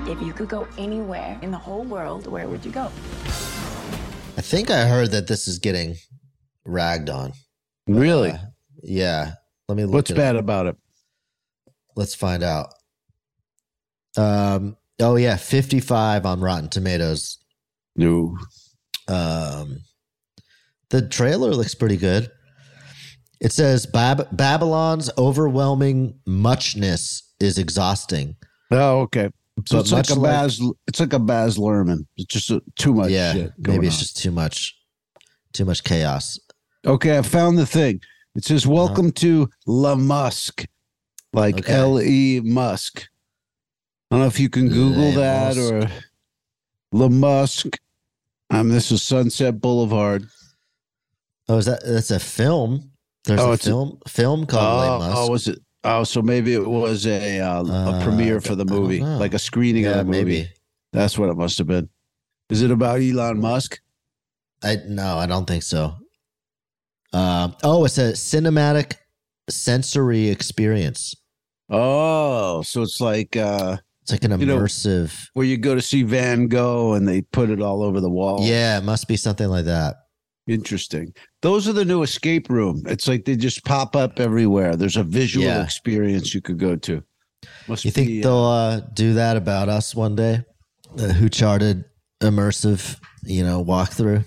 S10: If you could go anywhere in the whole world, where would you go?
S3: I think I heard that this is getting ragged on.
S2: Really?
S3: Yeah. Let me look
S2: What's
S3: Uh, it
S2: bad
S3: up.
S2: about it?
S3: Let's find out. Um oh yeah, 55 on Rotten Tomatoes.
S2: No.
S3: Um the trailer looks pretty good. It says Bab- Babylon's overwhelming muchness is exhausting.
S2: Oh, okay. So
S3: But
S2: it's like
S3: much
S2: a
S3: like-
S2: Baz. it's like a Baz Luhrmann. It's just uh, too much.
S3: yeah,
S2: shit going
S3: maybe it's
S2: on.
S3: just too much, too much chaos.
S2: Okay, I found the thing. It says "Welcome to La Musk," like
S3: Uh-huh. Okay.
S2: L E Musk. I don't know if you can Google
S3: Le
S2: that
S3: Musk.
S2: or La Musk. Um, this is Sunset Boulevard.
S3: Oh, is that that's a film? There's
S2: Oh,
S3: a
S2: it's a-
S3: film film called Les
S2: oh,
S3: Musk.
S2: oh, was it? Oh, so maybe it was a uh, a premiere for the movie, like a screening of the movie. That's what it must have been. Is it about Elon Musk?
S3: I no, I don't think so. Um, oh, it's a cinematic sensory experience.
S2: Oh, so it's like uh
S3: it's like an immersive
S2: where you go to see Van Gogh and they put it all over the wall.
S3: Yeah, it must be something like that.
S2: Interesting. Those are the new escape room. It's like they just pop up everywhere. There's a visual
S3: Yeah.
S2: experience you could go to. Must
S3: you think
S2: be, uh,
S3: they'll uh, do that about us one day? The Who charted immersive, you know, walkthrough?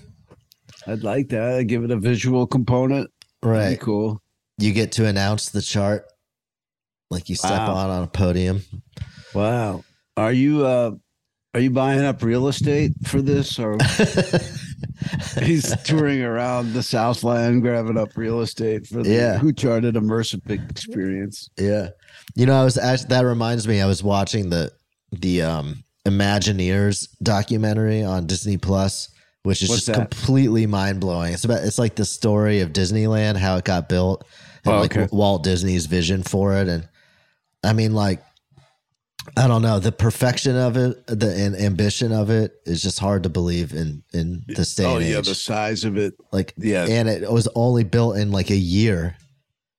S2: I'd like that. I'd give it a visual component.
S3: Right.
S2: That'd be cool.
S3: You get to announce the chart, like you step
S2: Wow.
S3: on on a podium.
S2: Wow. Are you uh are you buying up real estate for this
S3: [laughs]
S2: or he's touring around the Southland grabbing up real estate for the
S3: Yeah.
S2: who charted immersive experience.
S3: Yeah. You know, I was act- that reminds me. I was watching the the um Imagineers documentary on Disney Plus, which is
S2: What's
S3: just
S2: that?
S3: completely mind blowing. It's about it's like the story of Disneyland, how it got built, and
S2: Oh,
S3: like
S2: okay.
S3: Walt Disney's vision for it, and I mean, like, I don't know, the perfection of it, the and ambition of it is just hard to believe in in this day
S2: oh
S3: and
S2: yeah,
S3: age.
S2: the size of it.
S3: like,
S2: Yeah.
S3: and it was only built in like a year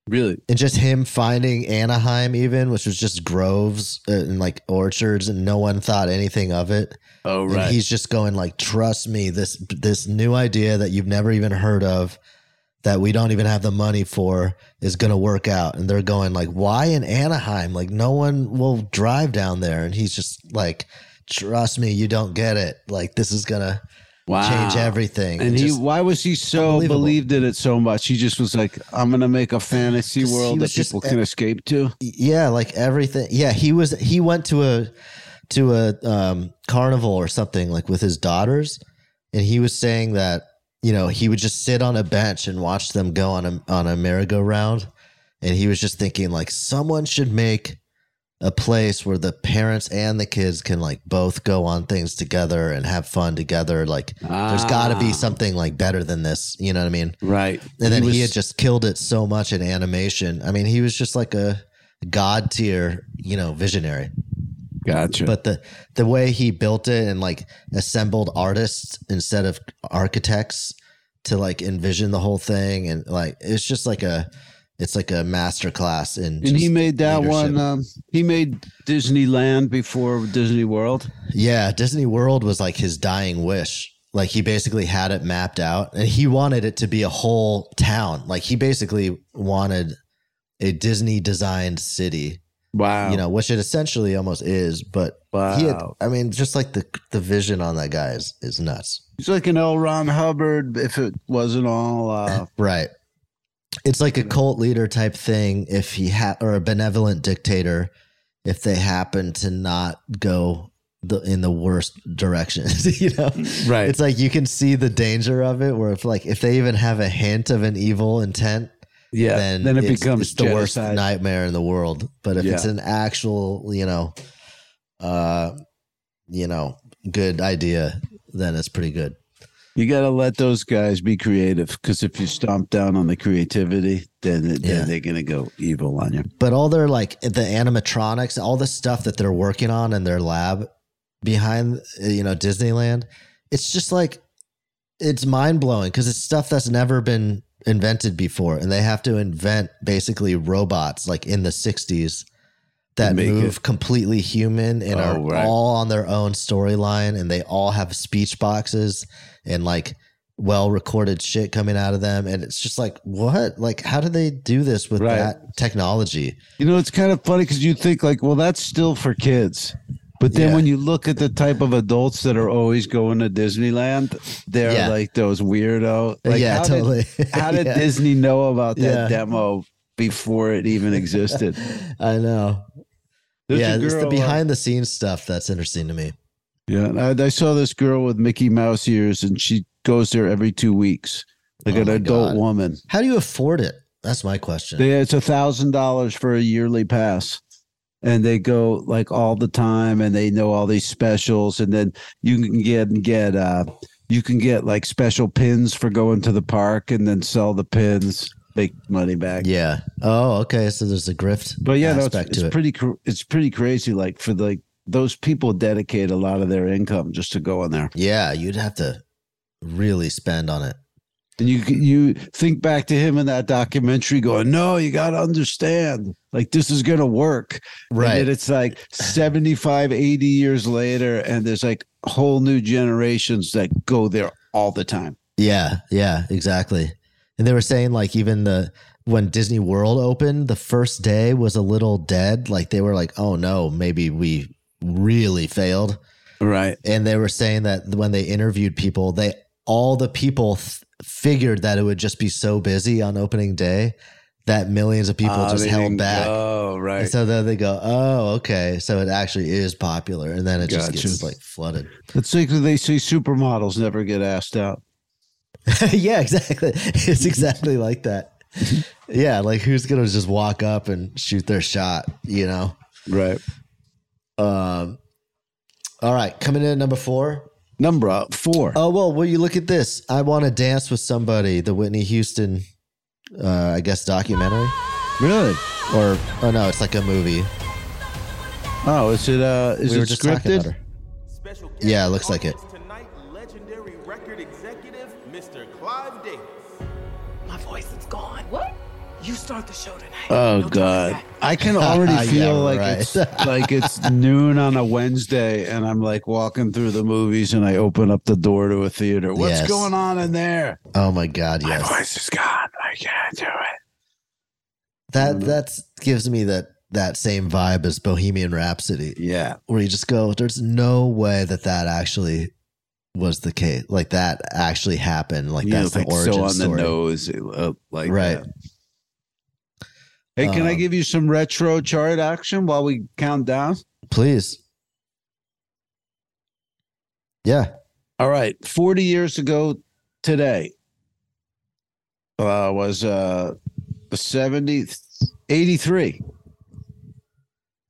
S2: Really?
S3: and just him finding Anaheim, even which was just groves uh, and like orchards, and no one thought anything of it.
S2: Oh
S3: And
S2: right.
S3: he's just going like, "Trust me, this this new idea that you've never even heard of, that we don't even have the money for, is going to work out." And they're going like, "Why in Anaheim? Like no one will drive down there." And he's just like, "Trust me, you don't get it. Like this is gonna change everything."
S2: And he
S3: just-
S2: why was he so
S3: Unbelievable.
S2: believed in it so much? He just was like, I'm gonna make a fantasy
S3: 'Cause he
S2: world that
S3: was just
S2: people
S3: a-
S2: can escape to.
S3: yeah like everything yeah he was he went to a to a um carnival or something like with his daughters and he was saying that you know he would just sit on a bench and watch them go on a on a merry-go-round and he was just thinking like someone should make a place where the parents and the kids can like both go on things together and have fun together like there's got to
S2: Ah.
S3: be something like better than this you know what i mean
S2: Right.
S3: and then he,
S2: was-
S3: had just killed it so much in animation. I mean, he was just like a god tier, you know, visionary.
S2: gotcha.
S3: But the the way he built it and like assembled artists instead of architects to like envision the whole thing and like it's just like a it's like a master class in
S2: and he
S3: just
S2: made that
S3: leadership.
S2: one um, he made Disneyland before Disney World.
S3: Yeah, Disney World was like his dying wish. Like he basically had it mapped out and he wanted it to be a whole town. Like he basically wanted a Disney designed city,
S2: Wow.
S3: you know, which it essentially almost is, but he had,
S2: Wow.
S3: I mean, just like the the vision on that guy is, is nuts.
S2: He's like an L. Ron Hubbard, if it wasn't all. Uh,
S3: Right. It's like a cult leader type thing if he had or a benevolent dictator if they happen to not go the in the worst direction, [laughs] you know.
S2: Right.
S3: It's like you can see the danger of it where if like if they even have a hint of an evil intent,
S2: yeah,
S3: then,
S2: then it
S3: it's-
S2: becomes
S3: it's the worst
S2: genocide.
S3: nightmare in the world. But if
S2: Yeah.
S3: it's an actual, you know, uh you know, good idea, then it's pretty good.
S2: You got to let those guys be creative because if you stomp down on the creativity, then, it-
S3: Yeah.
S2: then they're going to go evil on you.
S3: but all their like the animatronics, all the stuff that they're working on in their lab behind uh, you know Disneyland, it's just like it's mind blowing because it's stuff that's never been invented before, and they have to invent basically robots like in the '60s that
S2: make
S3: move
S2: it.
S3: completely human and
S2: Oh,
S3: are
S2: right.
S3: all on their own storyline, and they all have speech boxes and like well recorded shit coming out of them and it's just like what like how do they do this with
S2: Right.
S3: that technology
S2: You know, it's kind of funny because you think, like, well, that's still for kids. But then
S3: Yeah.
S2: when you look at the type of adults that are always going to Disneyland, they're
S3: Yeah.
S2: like those weirdo. Like,
S3: yeah,
S2: how did-
S3: totally.
S2: how did
S3: [laughs] Yeah.
S2: Disney know about that
S3: Yeah.
S2: demo before it even existed?
S3: I know.
S2: There's
S3: [laughs]
S2: a
S3: yeah, it's the
S2: girl, uh,
S3: behind the scenes stuff that's interesting to me.
S2: Yeah, and I, I saw this girl with Mickey Mouse ears, and she goes there every two weeks, like
S3: Oh
S2: an
S3: my
S2: adult
S3: God.
S2: woman.
S3: How do you afford it? That's my question.
S2: They, it's a thousand dollars for a yearly pass, and they go like all the time, and they know all these specials, and then you can get get uh, you can get like special pins for going to the park, and then sell the pins. Big money back.
S3: Yeah. Oh, okay. So there's a grift.
S2: But yeah, no, it's,
S3: aspect
S2: it's
S3: to it.
S2: pretty cr- it's pretty crazy. Like for like those people dedicate a lot of their income just to go on there.
S3: Yeah, you'd have to really spend on it.
S2: And you you think back to him in that documentary going, no, you got to understand, like this is gonna work,
S3: Right.
S2: And then it's like 75, 80 years later, and there's like whole new generations that go there all the time.
S3: Yeah, yeah, exactly. And they were saying like even the when Disney World opened, the first day was a little dead. Like they were like, "Oh no, maybe we really failed."
S2: Right.
S3: And they were saying that when they interviewed people, they all the people th- figured that it would just be so busy on opening day that millions of people
S2: Ah,
S3: just
S2: they
S3: held
S2: didn't
S3: back.
S2: go, right.
S3: And so then they go, "Oh, okay, so it actually is popular." And then it just
S2: Gotcha.
S3: gets like flooded.
S2: It's like they say supermodels never get asked out.
S3: [laughs] yeah, exactly. It's exactly like that. Yeah, like who's gonna just walk up and shoot their shot, you know?
S2: Right.
S3: Um all right, coming in at number four.
S2: Number four.
S3: Oh well, will you look at this? I wanna dance with somebody, the Whitney Houston uh I guess documentary.
S2: Really?
S3: Or oh no, it's like a movie.
S2: Oh, is it uh is
S3: We were
S2: it
S3: just talking about
S2: scripted?
S3: her. [coughs] Yeah, it looks like it.
S11: Tonight, legendary record executive, Mr. Clive Davis. My voice is gone. What? You start the show tonight.
S12: Uh,
S2: Oh god. I can already
S3: [laughs] Yeah,
S2: feel like
S3: right. [laughs]
S2: it's like it's noon on a Wednesday and I'm like walking through the movies and I open up the door to a theater. What's
S3: Yes.
S2: going on in there?
S3: Oh my god, yes.
S2: voice is gone. I can't do it.
S3: That that's gives me that that same vibe as Bohemian Rhapsody.
S2: Yeah.
S3: where you just go, there's no way that that actually was the case. Like that actually happened. Like
S2: You know,
S3: that's
S2: like
S3: the origin
S2: so on
S3: story.
S2: the nose uh, like
S3: right.
S2: that. Hey, can I
S3: Um,
S2: give you some retro chart action while we count down?
S3: Please. Yeah.
S2: All right, 40 years ago today uh, was uh, the 70th, 83.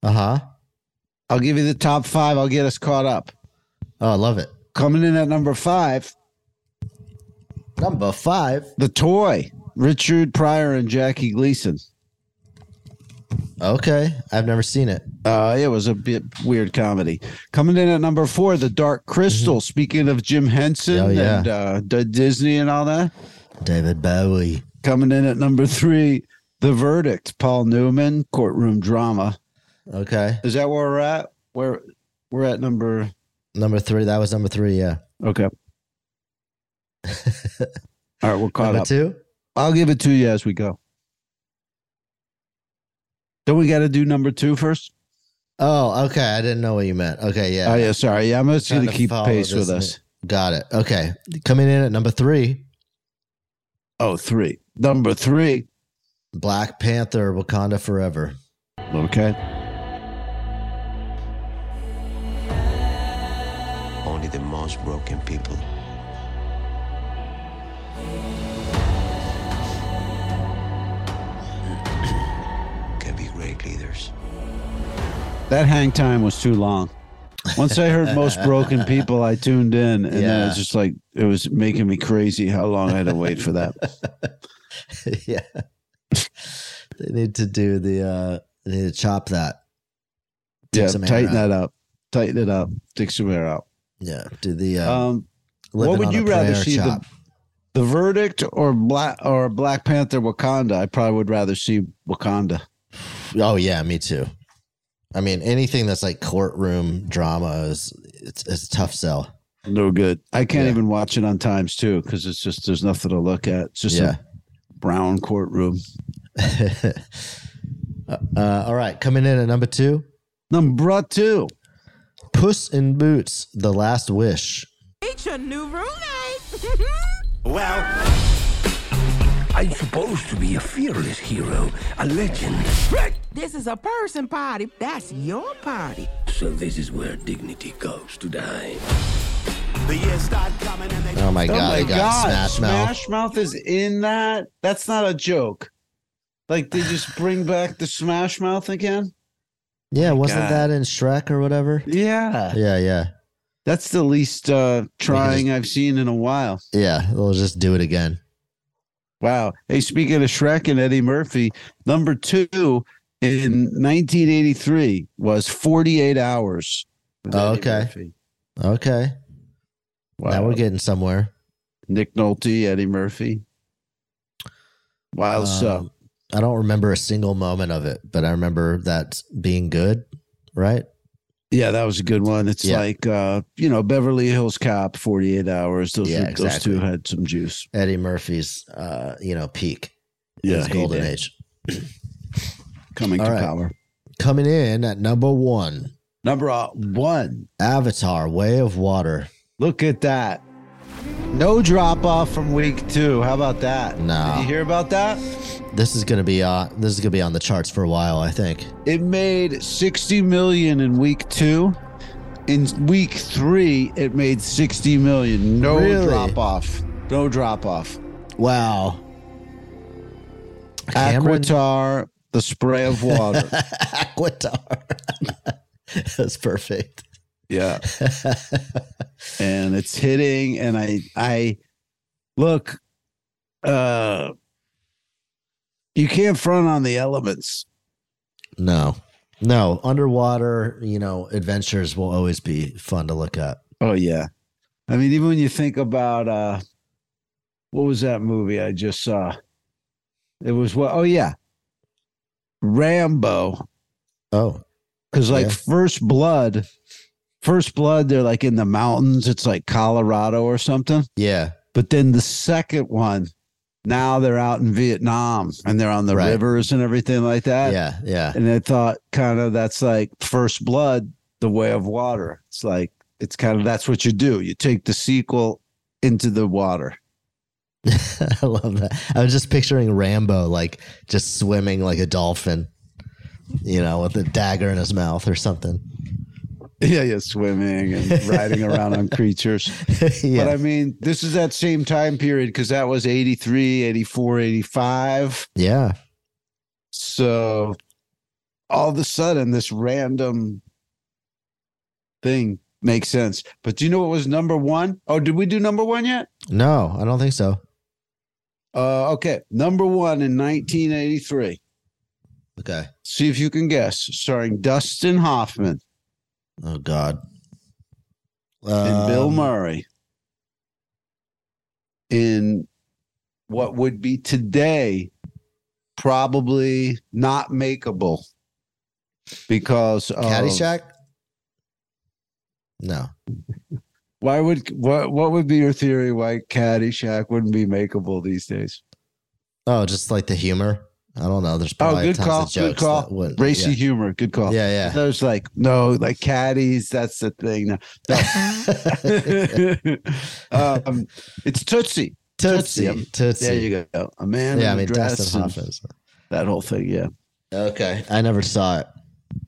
S3: Uh huh.
S2: I'll give you the top five. I'll get us caught up.
S3: Oh, I love it.
S2: Coming in at number five,
S3: Number five.
S2: The Toy, Richard Pryor and Jackie Gleason.
S3: Okay. I've never seen it.
S2: Uh, it was a bit weird comedy. Coming in at number four, The Dark Crystal. Speaking of Jim Henson
S3: Oh, Mm-hmm. yeah.
S2: and uh, D- Disney and all that.
S3: David Bowie.
S2: Coming in at number three, The Verdict, Paul Newman, courtroom drama.
S3: Okay.
S2: Is that where we're at? Where we're at number
S3: Number three. That was number three. Yeah. [laughs]
S2: Okay. All right, we're caught
S3: number
S2: up.
S3: two.
S2: I'll give it to you as we go. Don't we gotta do number two first?
S3: Oh, okay. I didn't know what you meant. Okay. Yeah.
S2: Oh yeah, sorry. Yeah, I'm just
S3: Trying
S2: gonna
S3: to
S2: keep
S3: follow
S2: pace
S3: this
S2: with us.
S3: Got it. Okay. Coming in at number three
S2: Oh, three. Number three.
S3: Black Panther, Wakanda Forever. [laughs]
S2: Okay.
S13: Only the most broken people [clears throat] can be great leaders.
S2: That hang time was too long. Once I heard most broken people, I tuned in and then
S3: Yeah.
S2: it's just like it was making me crazy how long I had to wait
S13: [laughs]
S2: for that.
S3: yeah. they need to do the uh they need to chop that. Take
S2: yeah,
S3: some hair
S2: tighten
S3: out.
S2: that up. Tighten it up. Take some air out.
S3: Yeah. Do the uh
S2: Um
S3: living
S2: what would
S3: on a
S2: you rather
S3: prayer
S2: see the,
S3: chop.
S2: the verdict or black or black panther wakanda i probably would rather see wakanda
S3: Oh yeah, me too. I mean anything that's like courtroom drama is it's, it's a tough sell.
S2: no good i can't
S3: Yeah.
S2: even watch it on times too because it's just there's nothing to look at it's just
S3: Yeah.
S2: a brown courtroom
S3: Uh, all right, coming in at number two,
S2: number two
S3: Puss in Boots, The Last Wish.
S14: Meet your new roommate.
S11: Well,
S12: I'm supposed to be a fearless hero, a legend.
S14: this is a person party. That's your party.
S12: So this is where dignity goes to die.
S11: the years start coming and they
S3: Oh my god, they got Smash Mouth.
S2: smash mouth is in that that's not a joke like they
S3: [sighs]
S2: just bring back the smash mouth again
S3: Yeah, wasn't
S2: God.
S3: that in Shrek or whatever?
S2: yeah
S3: Yeah, yeah.
S2: that's the least uh trying i've seen in a while
S3: Yeah, they'll just do it again.
S2: Wow. Hey, speaking of Shrek and Eddie Murphy, number two in 1983 was 48 Hours. with Eddie
S3: okay.
S2: Murphy.
S3: Okay. Now we're getting somewhere.
S2: Nick Nolte, Eddie Murphy. Wild stuff.
S3: Um, I don't remember a single moment of it, but I remember that being good, right?
S2: Yeah, that was a good one. It's
S3: Yeah.
S2: like uh, you know, Beverly Hills Cop, 48 Hours. Those
S3: Yeah,
S2: were- those
S3: exactly.
S2: two had some juice.
S3: Eddie Murphy's, uh, you know, peak.
S2: Yeah,
S3: his golden
S2: heyday.
S3: age.
S2: Coming
S3: All
S2: to
S3: right.
S2: power.
S3: Coming in at number one.
S2: Number uh, one.
S3: Avatar, Way of Water.
S2: Look at that. No drop off from week two. How about that?
S3: Nah.
S2: Did you hear about that?
S3: This is gonna be uh this is gonna be on the charts for a while, I think.
S2: It made 60 million in week two. In week three, it made 60 million. No
S3: Really?
S2: drop off. No drop off.
S3: Wow. Cameron-
S2: Aquatar, the spray of water.
S3: [laughs] Aquatar. [laughs] That's perfect.
S2: yeah. and it's hitting. And I, I look, uh, you can't front on the elements.
S3: No. No. Underwater, you know, adventures will always be fun to look up.
S2: Oh yeah. I mean, even when you think about uh what was that movie I just saw? It was what oh yeah. Rambo.
S3: Oh.
S2: Cause like
S3: yeah.
S2: first blood, first blood, they're like in the mountains, it's like Colorado or something.
S3: Yeah.
S2: But then the second one, now they're out in Vietnam and they're on the
S3: Right.
S2: rivers and everything like that.
S3: Yeah. Yeah.
S2: And I thought kind of that's like first blood, the way of water. It's like it's kind of that's what you do. You take the sequel into the water. [laughs]
S3: [laughs] I love that. I was just picturing Rambo like just swimming like a dolphin, you know, with a dagger in his mouth or something. [laughs]
S2: Yeah, yeah, swimming and riding around on creatures.
S3: Yeah.
S2: But I mean, this is that same time period because that was 83, 84, 85.
S3: Yeah.
S2: So all of a sudden, this random thing makes sense. But do you know what was number one? Oh, did we do number one yet?
S3: No, I don't think so.
S2: Uh, okay, number one in 1983.
S3: Okay.
S2: See if you can guess. Starring Dustin Hoffman
S3: Oh God.
S2: and Bill
S3: Um,
S2: Murray in what would be today probably not makeable because of,
S3: Caddyshack? No.
S2: Why would what what would be your theory why Caddyshack wouldn't be makeable these days?
S3: Oh, just like the humor. I don't know. There's
S2: Oh,
S3: probably
S2: good
S3: tons
S2: call,
S3: of jokes
S2: good call.
S3: that wouldn't-
S2: Racy
S3: yeah.
S2: humor, good call.
S3: Yeah, yeah.
S2: There's like no, like caddies. That's the
S3: [laughs]
S2: thing. [laughs] No, [laughs] no. um, it's Tootsie.
S3: Tootsie,
S2: Um,
S3: Tootsie.
S2: There you go. A man.
S3: Yeah,
S2: in
S3: I
S2: a
S3: mean
S2: dress
S3: Dustin
S2: and
S3: Hoffman's.
S2: That whole thing. Yeah.
S3: Okay, I never saw it.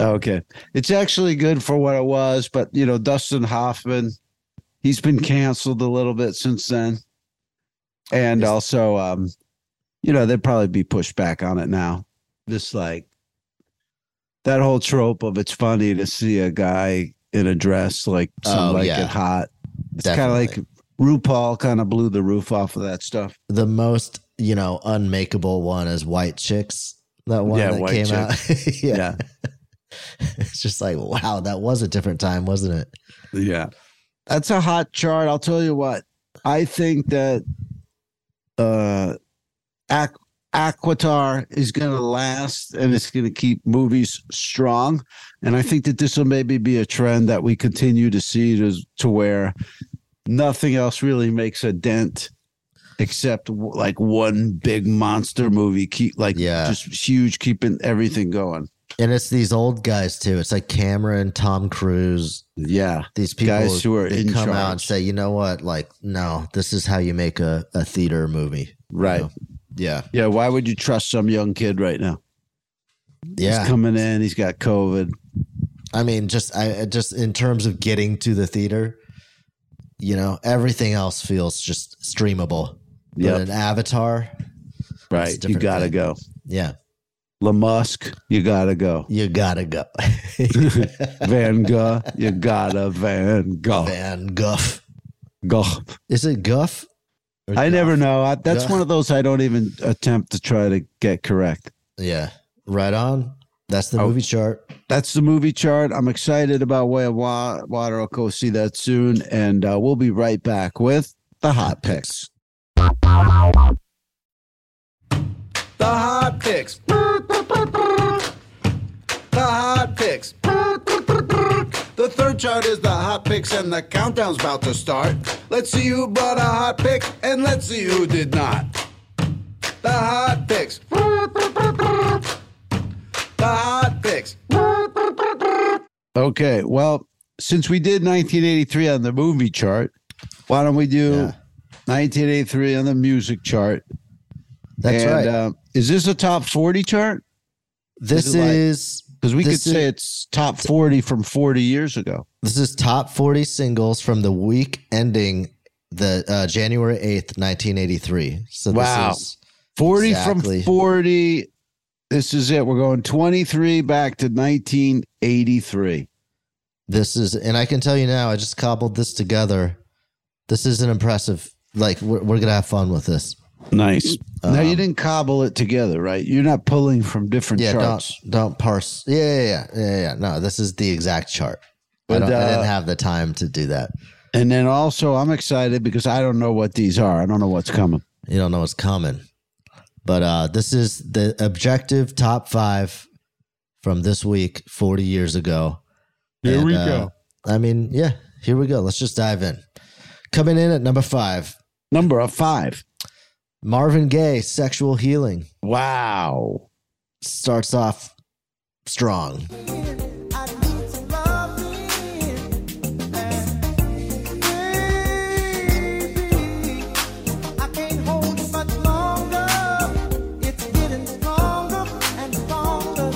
S2: Okay. It's actually good for what it was, but you know, Dustin Hoffman, he's been canceled a little bit since then. And also, um, you know, they'd probably be pushed back on it now. Just like that whole trope of it's funny to see a guy in a dress like some
S3: Oh,
S2: like
S3: yeah.
S2: it hot. It's kind of like RuPaul kind of blew the roof off of that stuff.
S3: The most you know unmakeable one is White Chicks. That one
S2: Yeah,
S3: that
S2: White
S3: came out. [laughs] yeah. it's just like wow, that was a different time, wasn't it?
S2: Yeah. That's a hot chart. I'll tell you what. I think that uh Aqu- Aquatar is going to last and it's going to keep movies strong. And I think that this will maybe be a trend that we continue to see to, to where nothing else really makes a dent except w- like one big monster movie keep like
S3: Yeah.
S2: just huge keeping everything going.
S3: And it's these old guys too. It's like Cameron, Tom Cruise,
S2: Yeah.
S3: these people
S2: Guys who are
S3: they
S2: in
S3: come
S2: charge.
S3: out and say, you know what? Like, no, this is how you make a, a theater movie.
S2: Right.
S3: Yeah.
S2: Yeah, why would you trust some young kid right now?
S3: Yeah.
S2: He's coming in, he's got COVID.
S3: I mean, just I I just in terms of getting to the theater, you know, everything else feels just streamable. But
S2: Yep.
S3: an avatar, a
S2: Right. You
S3: different
S2: gotta
S3: thing.
S2: go.
S3: yeah,
S2: La Musk, you gotta
S3: [laughs]
S2: go.
S3: you gotta
S2: [laughs]
S3: go.
S2: Van Gogh, you gotta Van Gogh.
S3: Van Oh. Guff.
S2: Gogh.
S3: Is it Guff?
S2: I never know. I, that's
S3: Yeah.
S2: one of those I don't even attempt to try to get correct.
S3: Yeah. Right on. That's the movie chart.
S2: That's the movie chart. I'm excited about Way of Wa- Water. I'll go see that soon. And uh, we'll be right back with the hot picks.
S9: The hot picks.
S1: The hot picks. The third chart is the hot picks, and the countdown's about to start. Let's see who brought a hot pick, and let's see who did not. The hot picks. The hot picks.
S2: Okay. Well, since we did 1983 on the movie chart, why don't we do 1983 on the music chart?
S3: That's right.
S2: uh, is this a top 40 chart?
S3: This is-
S2: because we could
S3: this
S2: say
S3: is-
S2: it's top 40 from 40 years ago.
S3: This is top 40 singles from the week ending the uh, January 8th, 1983. So this
S2: wow.
S3: is
S2: 40
S3: exactly-
S2: from 40. This is it. We're going 23 back to 1983.
S3: This is, and I can tell you now, I just cobbled this together. This is an impressive, like, we're, we're going to have fun with this.
S2: Nice. now, you didn't cobble it together, right? You're not pulling from different
S3: Um, Yeah,
S2: charts.
S3: don't, don't parse. Yeah, yeah, yeah, yeah, yeah. No, this is the exact chart. I,
S2: But,
S3: don't, I
S2: uh,
S3: didn't have the time to do that.
S2: And then also, I'm excited because I don't know what these are. I don't know what's coming.
S3: You don't know what's coming. But uh, this is the objective top five from this week, 40 years ago.
S2: Here we
S3: uh,
S2: go.
S3: I mean, yeah, here we go. Let's just dive in. Coming in at number five.
S2: Number of five.
S3: Marvin Gaye, Sexual Healing.
S2: Wow.
S3: Starts off strong.
S1: I can't hold it much longer. It's getting stronger and stronger.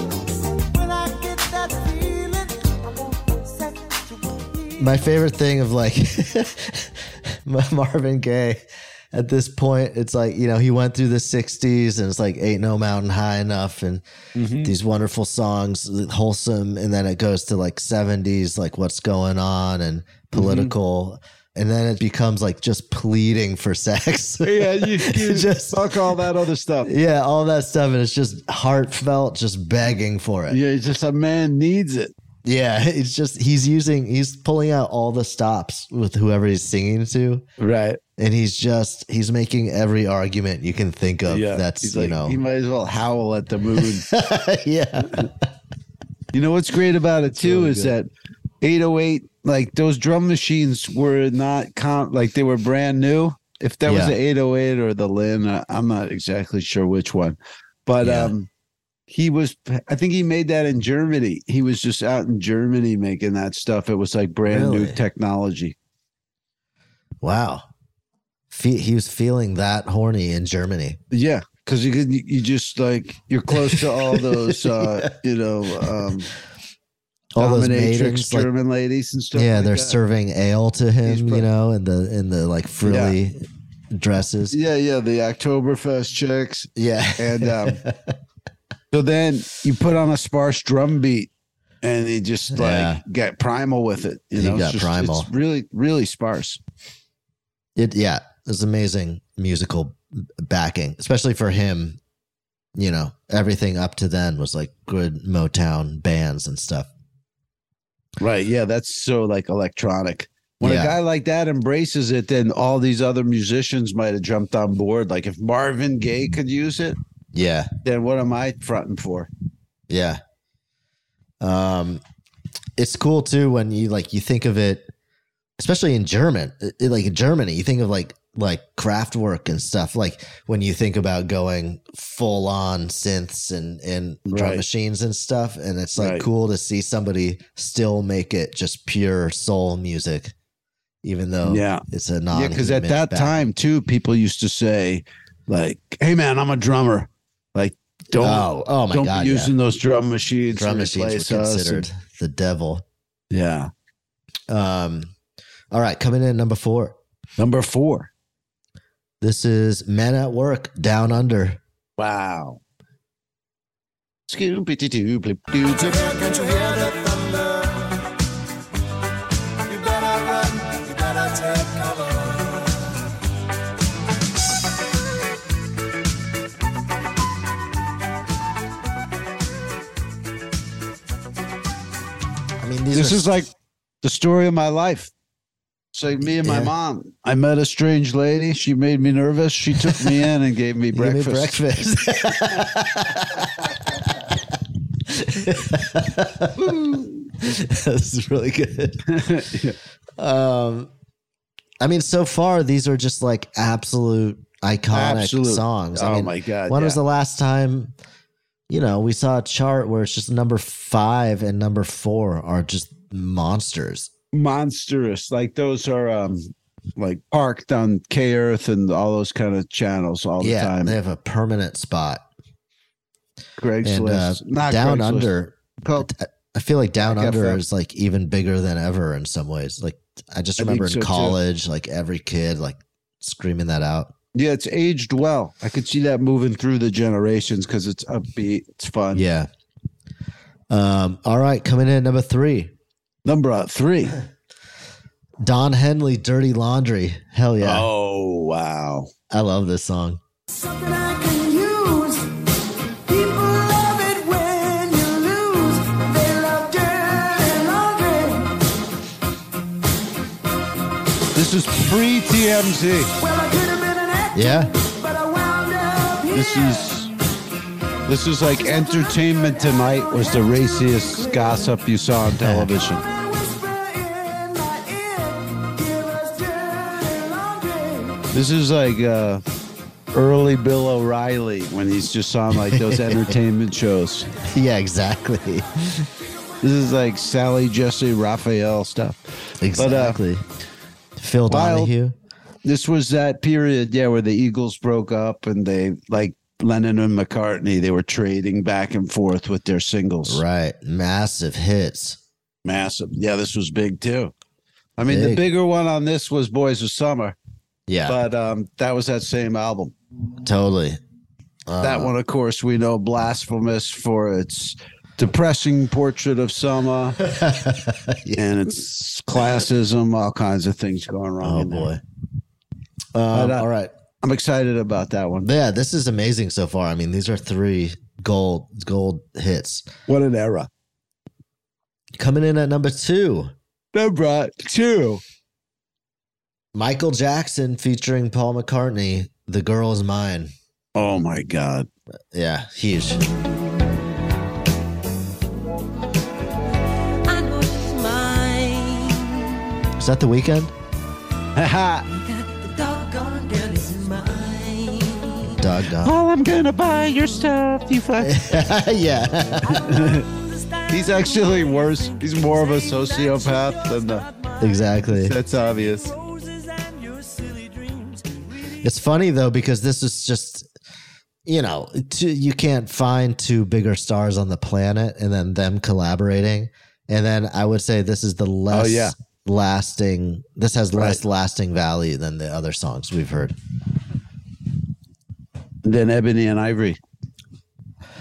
S1: When I get that feeling, I want sexual
S3: My favorite thing of like [laughs] Ma- Marvin Gaye at this point, it's like, you know, he went through the 60s and it's like Ain't No Mountain High Enough and these wonderful songs, uh, wholesome. And then it goes to like 70s, like What's Going On and political. And then it becomes like just pleading for sex. [laughs]
S2: yeah, [laughs] you, you just fuck all that other stuff.
S3: Yeah, all that stuff, and it's just heartfelt, just begging for it.
S2: Yeah, it's just a man needs it.
S3: Yeah, [laughs] it's just he's using, he's pulling out all the stops with whoever he's singing to,
S2: right?
S3: And he's just he's making every argument you can think of.
S2: Yeah,
S3: that's
S2: he's
S3: you
S2: like,
S3: know,
S2: he might as well howl at the moon.
S3: [laughs] yeah.
S2: You know what's great about it too
S3: really
S2: is
S3: good.
S2: that 808, like those drum machines were not com- like they were brand new. If that was
S3: Yeah.
S2: the 808 or the Lin, I- I'm not exactly sure which one, but
S3: Yeah.
S2: um, he was. I think he made that in Germany. He was just out in Germany making that stuff. It was like brand new
S3: Really?
S2: technology.
S3: wow. Fe- he was feeling that horny in Germany.
S2: Yeah, because you can, you just like you're close to
S3: [laughs]
S2: all those, uh, you know, um,
S3: All those
S2: dominatrix
S3: maidens, like-
S2: German ladies and stuff.
S3: yeah,
S2: like
S3: they're
S2: that.
S3: serving ale to him, you know, in the in the like frilly dresses.
S2: Yeah, yeah, the Oktoberfest chicks. [laughs]
S3: Yeah.
S2: And um,
S3: [laughs]
S2: so then you put on a sparse drum beat and you just like
S3: Yeah.
S2: get primal with it. You,
S3: You
S2: know,
S3: got primal.
S2: It's really, really sparse.
S3: It yeah, it's amazing musical b- backing, especially for him. You know, everything up to then was like good Motown bands and stuff.
S2: Right. Yeah. That's so like electronic. When
S3: Yeah.
S2: a guy like that embraces it, then all these other musicians might have jumped on board. Like if Marvin Gaye could use it,
S3: Yeah,
S2: then what am I fronting for?
S3: yeah. Um, it's cool too when you like you think of it, especially in German, it- it- like in Germany, you think of like like Kraftwerk and stuff. Like when you think about going full on synths and and drum
S2: Right.
S3: machines and stuff, and it's like
S2: Right.
S3: cool to see somebody still make it just pure soul music, even though
S2: Yeah.
S3: it's a non.
S2: yeah, because at that time too, people used to say, like, "Hey man, I'm a drummer." Like, don't
S3: Oh, oh my
S2: don't
S3: God,
S2: be
S3: yeah.
S2: using those drum machines.
S3: drum
S2: to
S3: machines
S2: replace
S3: were
S2: us
S3: considered
S2: and-
S3: the devil.
S2: yeah,
S3: Um, all right, coming in at number four.
S2: Number four.
S3: This is Men at Work Down Under.
S2: wow.
S1: Can't you hear the thunder? You better run, you better take cover.
S3: mean, these
S2: This
S3: are
S2: is like the story of my life. It's like me and my
S3: Yeah.
S2: mom. I met a strange lady. She made me nervous. She took
S3: [laughs]
S2: me in and gave me
S3: gave me
S2: breakfast. [laughs]
S3: [laughs] this is really good.
S2: [laughs]
S3: um, I mean, so far these are just like absolute iconic
S2: Absolute.
S3: songs. I
S2: Oh
S3: mean,
S2: my God,
S3: When was
S2: yeah.
S3: the last time? You know, we saw a chart where it's just number five and number four are just monsters.
S2: monstrous. Like those are um like parked on K Earth and all those kind of channels all the
S3: yeah,
S2: time.
S3: they have a permanent spot. And, uh,
S2: Craigslist, not
S3: down
S2: Craigslist.
S3: under. I- I feel like down
S2: Like
S3: under
S2: FM.
S3: is like even bigger than ever in some ways. Like I just
S2: I think
S3: remember
S2: so,
S3: in
S2: too.
S3: college, like every kid like screaming that out.
S2: Yeah, it's aged well. I could see that moving through the generations because it's upbeat. It's fun.
S3: Yeah. Um, all right, coming in at number three.
S2: Number uh, three.
S3: Don Henley, Dirty Laundry. Hell yeah.
S2: Oh wow.
S3: I love this song.
S2: This is pre TMZ.
S3: Yeah. [laughs]
S2: This is this is like Entertainment Tonight was the raciest gossip you saw on television. This is like uh, early Bill O'Reilly when he's just on like
S3: [laughs]
S2: those entertainment shows.
S3: Yeah, exactly. [laughs]
S2: uh, This is like Sally Jesse Raphael stuff.
S3: Exactly. Phil
S2: Wild.
S3: Donahue.
S2: This was that period, yeah, where the Eagles broke up and they like Lennon and McCartney, they were trading back and forth with their singles.
S3: Right. Massive hits.
S2: Massive. Yeah, this was big too. I mean, the
S3: Big.
S2: bigger one on this was Boys of Summer,
S3: Yeah.
S2: but um, that was that same album.
S3: totally.
S2: that
S3: Uh, [laughs]
S2: one, of course, we know blasphemous for its depressing portrait of Selma and its classism, all kinds of things going wrong.
S3: Oh
S2: in there.
S3: boy.
S2: But,
S3: Um,
S2: uh,
S3: all right.
S2: I'm excited about that one.
S3: Yeah, this is amazing so far. I mean, these are three gold gold hits.
S2: What an era.
S3: Coming in at number two,
S2: Number two.
S3: Michael Jackson featuring Paul McCartney, The Girl Is Mine.
S2: Oh my God.
S3: Yeah, huge. Is that the weekend? Doggone.
S2: All I'm gonna buy your stuff, you fuck.
S3: [laughs] yeah.
S2: [laughs]
S3: [laughs]
S2: He's actually worse. He's more of a sociopath than the.
S3: exactly.
S2: That's obvious.
S3: It's funny though because this is just you know two, you can't find two bigger stars on the planet and then them collaborating and then I would say this is the less
S2: Oh, yeah.
S3: lasting this has less lasting value than the other songs we've heard.
S2: Then Ebony and Ivory.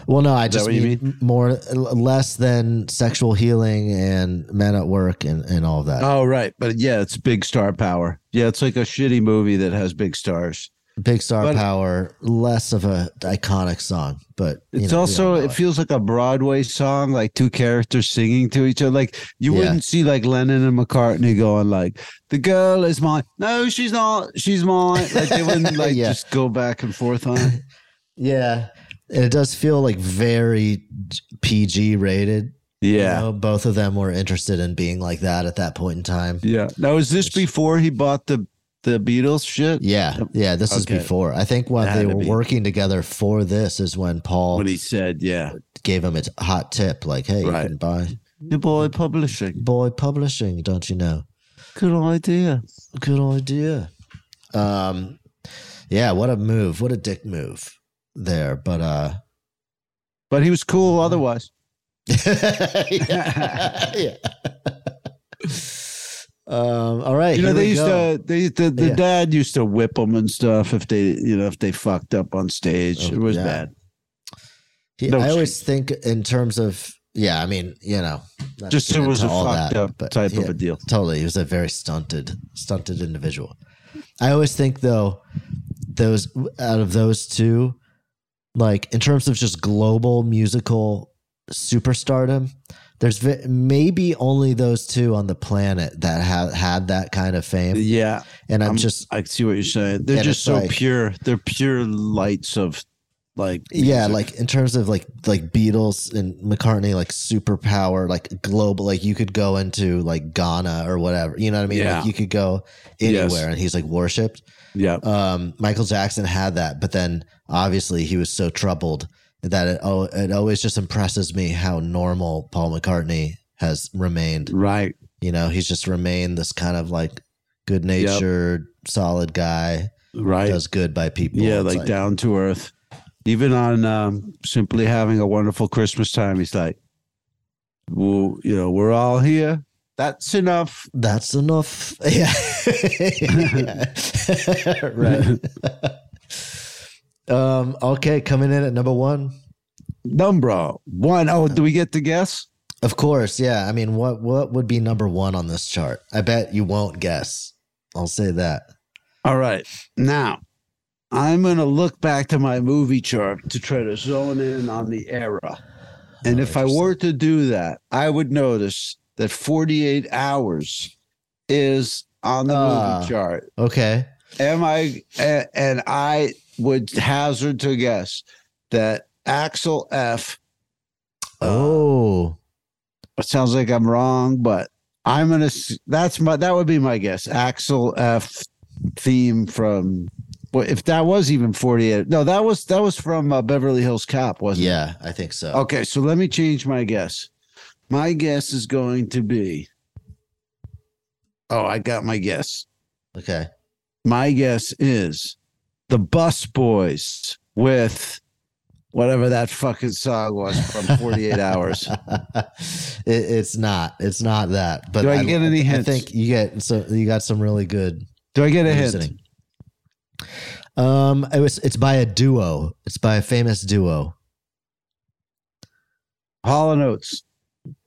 S3: Well, no, I
S2: Is that
S3: just
S2: what you
S3: mean, more l- less than sexual healing and men at work and and all of that.
S2: Oh right, but yeah, it's big star power. Yeah, it's like a shitty movie that has big stars.
S3: Big star
S2: but-
S3: power, less of a iconic song, but you
S2: It's
S3: know, we
S2: also
S3: all know
S2: it feels like a Broadway song, like two characters singing to each other. Like you
S3: Yeah.
S2: wouldn't see like Lennon and McCartney going like, "The girl is mine." No, she's not. She's mine. Like they
S3: [laughs]
S2: wouldn't like
S3: Yeah.
S2: just go back and forth on.
S3: [laughs]
S2: it.
S3: Yeah. And it does feel like very PG rated. You
S2: Yeah.
S3: know, both of them were interested in being like that at that point in time.
S2: Yeah. Now is this before he bought the the Beatles shit?
S3: Yeah. Yeah. This is
S2: Okay.
S3: before. I think
S2: It
S3: when
S2: had
S3: they
S2: to
S3: were
S2: be.
S3: working together for this is when Paul
S2: When he said, yeah.
S3: gave him a t- hot tip like, hey,
S2: Right.
S3: you can buy
S2: The boy publishing.
S3: Boy Publishing, don't you know?
S2: Good idea.
S3: Good idea. Um, yeah. What a move. What a dick move there. But, uh,
S2: But he was cool otherwise.
S3: yeah. [laughs] Yeah. Um, all right.
S2: You know,
S3: here
S2: they
S3: we
S2: used
S3: go.
S2: to they the, the
S3: Yeah.
S2: dad used to whip them and stuff if they you know if they fucked up on stage.
S3: Oh,
S2: it was
S3: yeah.
S2: bad.
S3: He-
S2: no,
S3: I always think in terms of yeah. I mean, you know, not
S2: Just
S3: to
S2: it
S3: get
S2: was a
S3: uh, into all
S2: fucked
S3: that,
S2: up type of
S3: yeah,
S2: a deal.
S3: Totally, he was a very stunted, stunted individual. I always think though, those out of those two, like in terms of just global musical superstardom, There's vi- maybe only those two on the planet that have had that kind of fame.
S2: Yeah,
S3: and I'm,
S2: I'm-
S3: just
S2: I see what you're saying. They're
S3: and
S2: just
S3: it's
S2: so
S3: like-
S2: pure. They're pure lights of like
S3: yeah,
S2: music.
S3: like in terms of like like Beatles and McCartney, like superpower, like global, like you could go into like Ghana or whatever. You know what I mean?
S2: Yeah.
S3: Like you could go
S2: Yes.
S3: anywhere, and he's like worshipped.
S2: Yeah.
S3: Um, Michael Jackson had that, but then obviously he was so troubled that it oh, it always just impresses me how normal Paul McCartney has remained.
S2: Right.
S3: You know, he's just remained this kind of like good natured, solid guy.
S2: Right.
S3: Does good by people.
S2: Yeah,
S3: It's
S2: like, down to earth. Even on um, simply having a wonderful Christmas time, he's like, "Well, you know, we're all here. That's enough.
S3: That's enough." [laughs] Yeah. right. [laughs] um, okay, coming in at number one.
S2: Number one. Oh, do we get to guess?
S3: Of course, yeah. I mean, what what would be number one on this chart? I bet you won't guess. I'll say that.
S2: All right. Now, I'm going to look back to my movie chart to try to zone in on the era. And if I were to do that, I would notice that 48 hours is on the
S3: Ah.
S2: movie chart.
S3: Okay.
S2: Am I, a- and I would hazard to guess that Axel F. Uh,
S3: Oh,
S2: it sounds like I'm wrong, but I'm going to, that's my, that would be my guess. Axel F. theme from, well, if that was even 48, no, that was, that was from uh, Beverly Hills Cop, wasn't it? Oh.
S3: Yeah, I think so.
S2: Okay, so let me change my guess. My guess is going to be. Oh, I got my guess.
S3: Okay. [laughs]
S2: My guess is the Bus Boys with whatever that fucking song was from 48 Hours.
S3: it, it's not. It's not that. But
S2: Do I get any hints?
S3: I think you get so you got some really good.
S2: Do I get a hint?
S3: reasoning. Um, it was. It's by a duo. It's by a famous duo.
S2: Hall and Oates.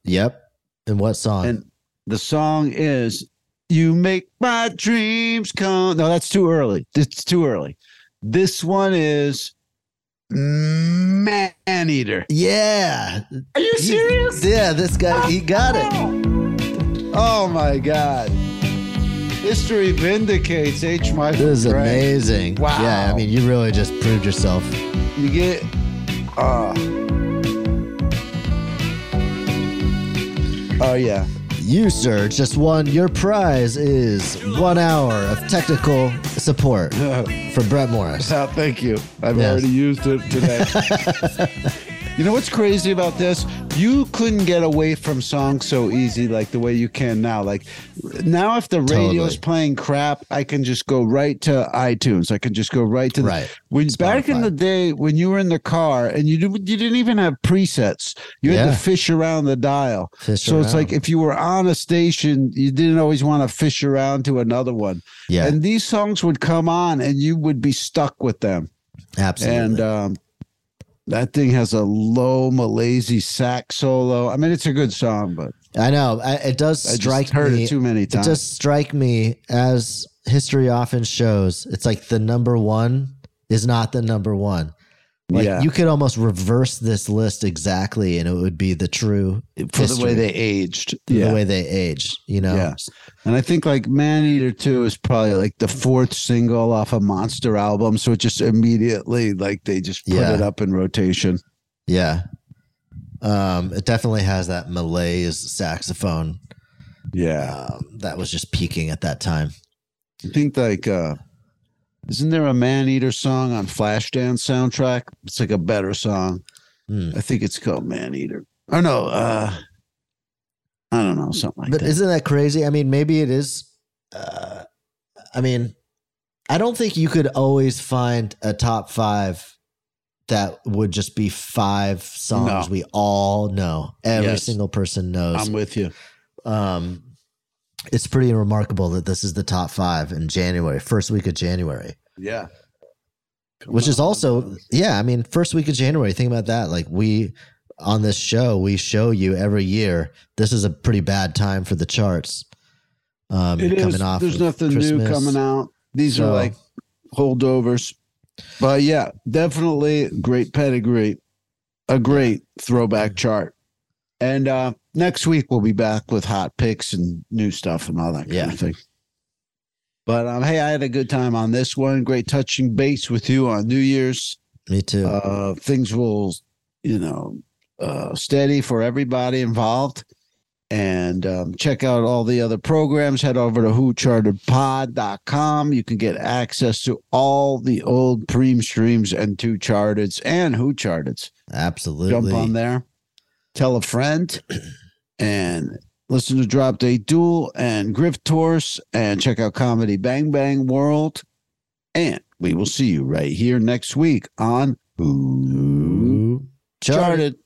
S3: Yep. And what song?
S2: And the song is You Make My Dreams Come. No, that's too early. It's too early. This one is Man Eater.
S3: yeah.
S2: Are you serious?
S3: Yeah. This guy. He got it.
S2: Oh my God. History vindicates H. Michael.
S3: This is
S2: Gray.
S3: amazing.
S2: Wow.
S3: Yeah. I mean, you really just proved yourself.
S2: you get. Uh, oh yeah.
S3: You, sir, just won. Your prize is one hour of technical
S2: [laughs]
S3: support from Brett Morris.
S2: Oh, thank you. I've
S3: Yes.
S2: already used it today.
S3: [laughs]
S2: you know what's crazy about this? You couldn't get away from songs so easy like the way you can now. Like now, if the radio's
S3: Totally.
S2: playing crap, I can just go right to iTunes. I can just go right to the,
S3: Right.
S2: When back in
S3: Spotify.
S2: the day, when you were in the car and you didn't, you didn't even have presets, you had
S3: Yeah.
S2: to fish around the dial.
S3: Fish
S2: so it's
S3: around.
S2: like if you were on a station, you didn't always want to fish around to another one.
S3: Yeah.
S2: And these songs would come on and you would be stuck with them.
S3: Absolutely.
S2: And um, that thing has a low Malaysy sax solo. I mean, it's a good song, but
S3: I know. I, it does
S2: I just
S3: strike
S2: heard it
S3: me
S2: too many
S3: It
S2: times.
S3: does strike me as history often shows. It's like the number one is not the number one. Like
S2: Yeah.
S3: you could almost reverse this list exactly, and it would be the true
S2: for the way
S3: history,
S2: they aged.
S3: for the way they age. You know.
S2: Yeah. And I think like Man Eater 2 is probably like the fourth single off a Monster album. So it just immediately, like, they just put
S3: Yeah.
S2: it up in rotation.
S3: Yeah. Um, it definitely has that Malays saxophone
S2: Yeah.
S3: um, that was just peaking at that time.
S2: I think like uh isn't there a man eater song on Flashdance soundtrack? It's like a better song.
S3: Hmm.
S2: I think it's called Man Eater. Oh no, uh I don't know, something like
S3: But
S2: that.
S3: isn't that crazy? I mean, maybe it is. Uh, I mean, I don't think you could always find a top five that would just be five songs
S2: No.
S3: we all know. Every
S2: Yes.
S3: single person knows.
S2: I'm with you.
S3: um, it's pretty remarkable that this is the top five in January, first week of January,
S2: Yeah.
S3: which is also, yeah, I mean, first week of January. Think about that. Like, we on this show, we show you every year this is a pretty bad time for the charts. Um,
S2: It
S3: coming
S2: is.
S3: off
S2: There's
S3: of
S2: nothing new
S3: Christmas.
S2: coming out. These are
S3: So-
S2: like holdovers. But yeah, definitely great pedigree. A great throwback chart. And uh Next week we'll be back with hot picks and new stuff and all that kind of thing. But um, hey, I had a good time on this one. Great touching base with you on New Year's.
S3: Me too.
S2: Uh, things will, you know, uh, steady for everybody involved. And um, check out all the other programs. Head over to whochartedpod.com. You can get access to all the old preem streams and two charteds and who charteds.
S3: Absolutely.
S2: Jump on there. Tell a friend and listen to Drop Day Duel and Griff Tours and check out Comedy Bang Bang World. And we will see you right here next week on Who Charted.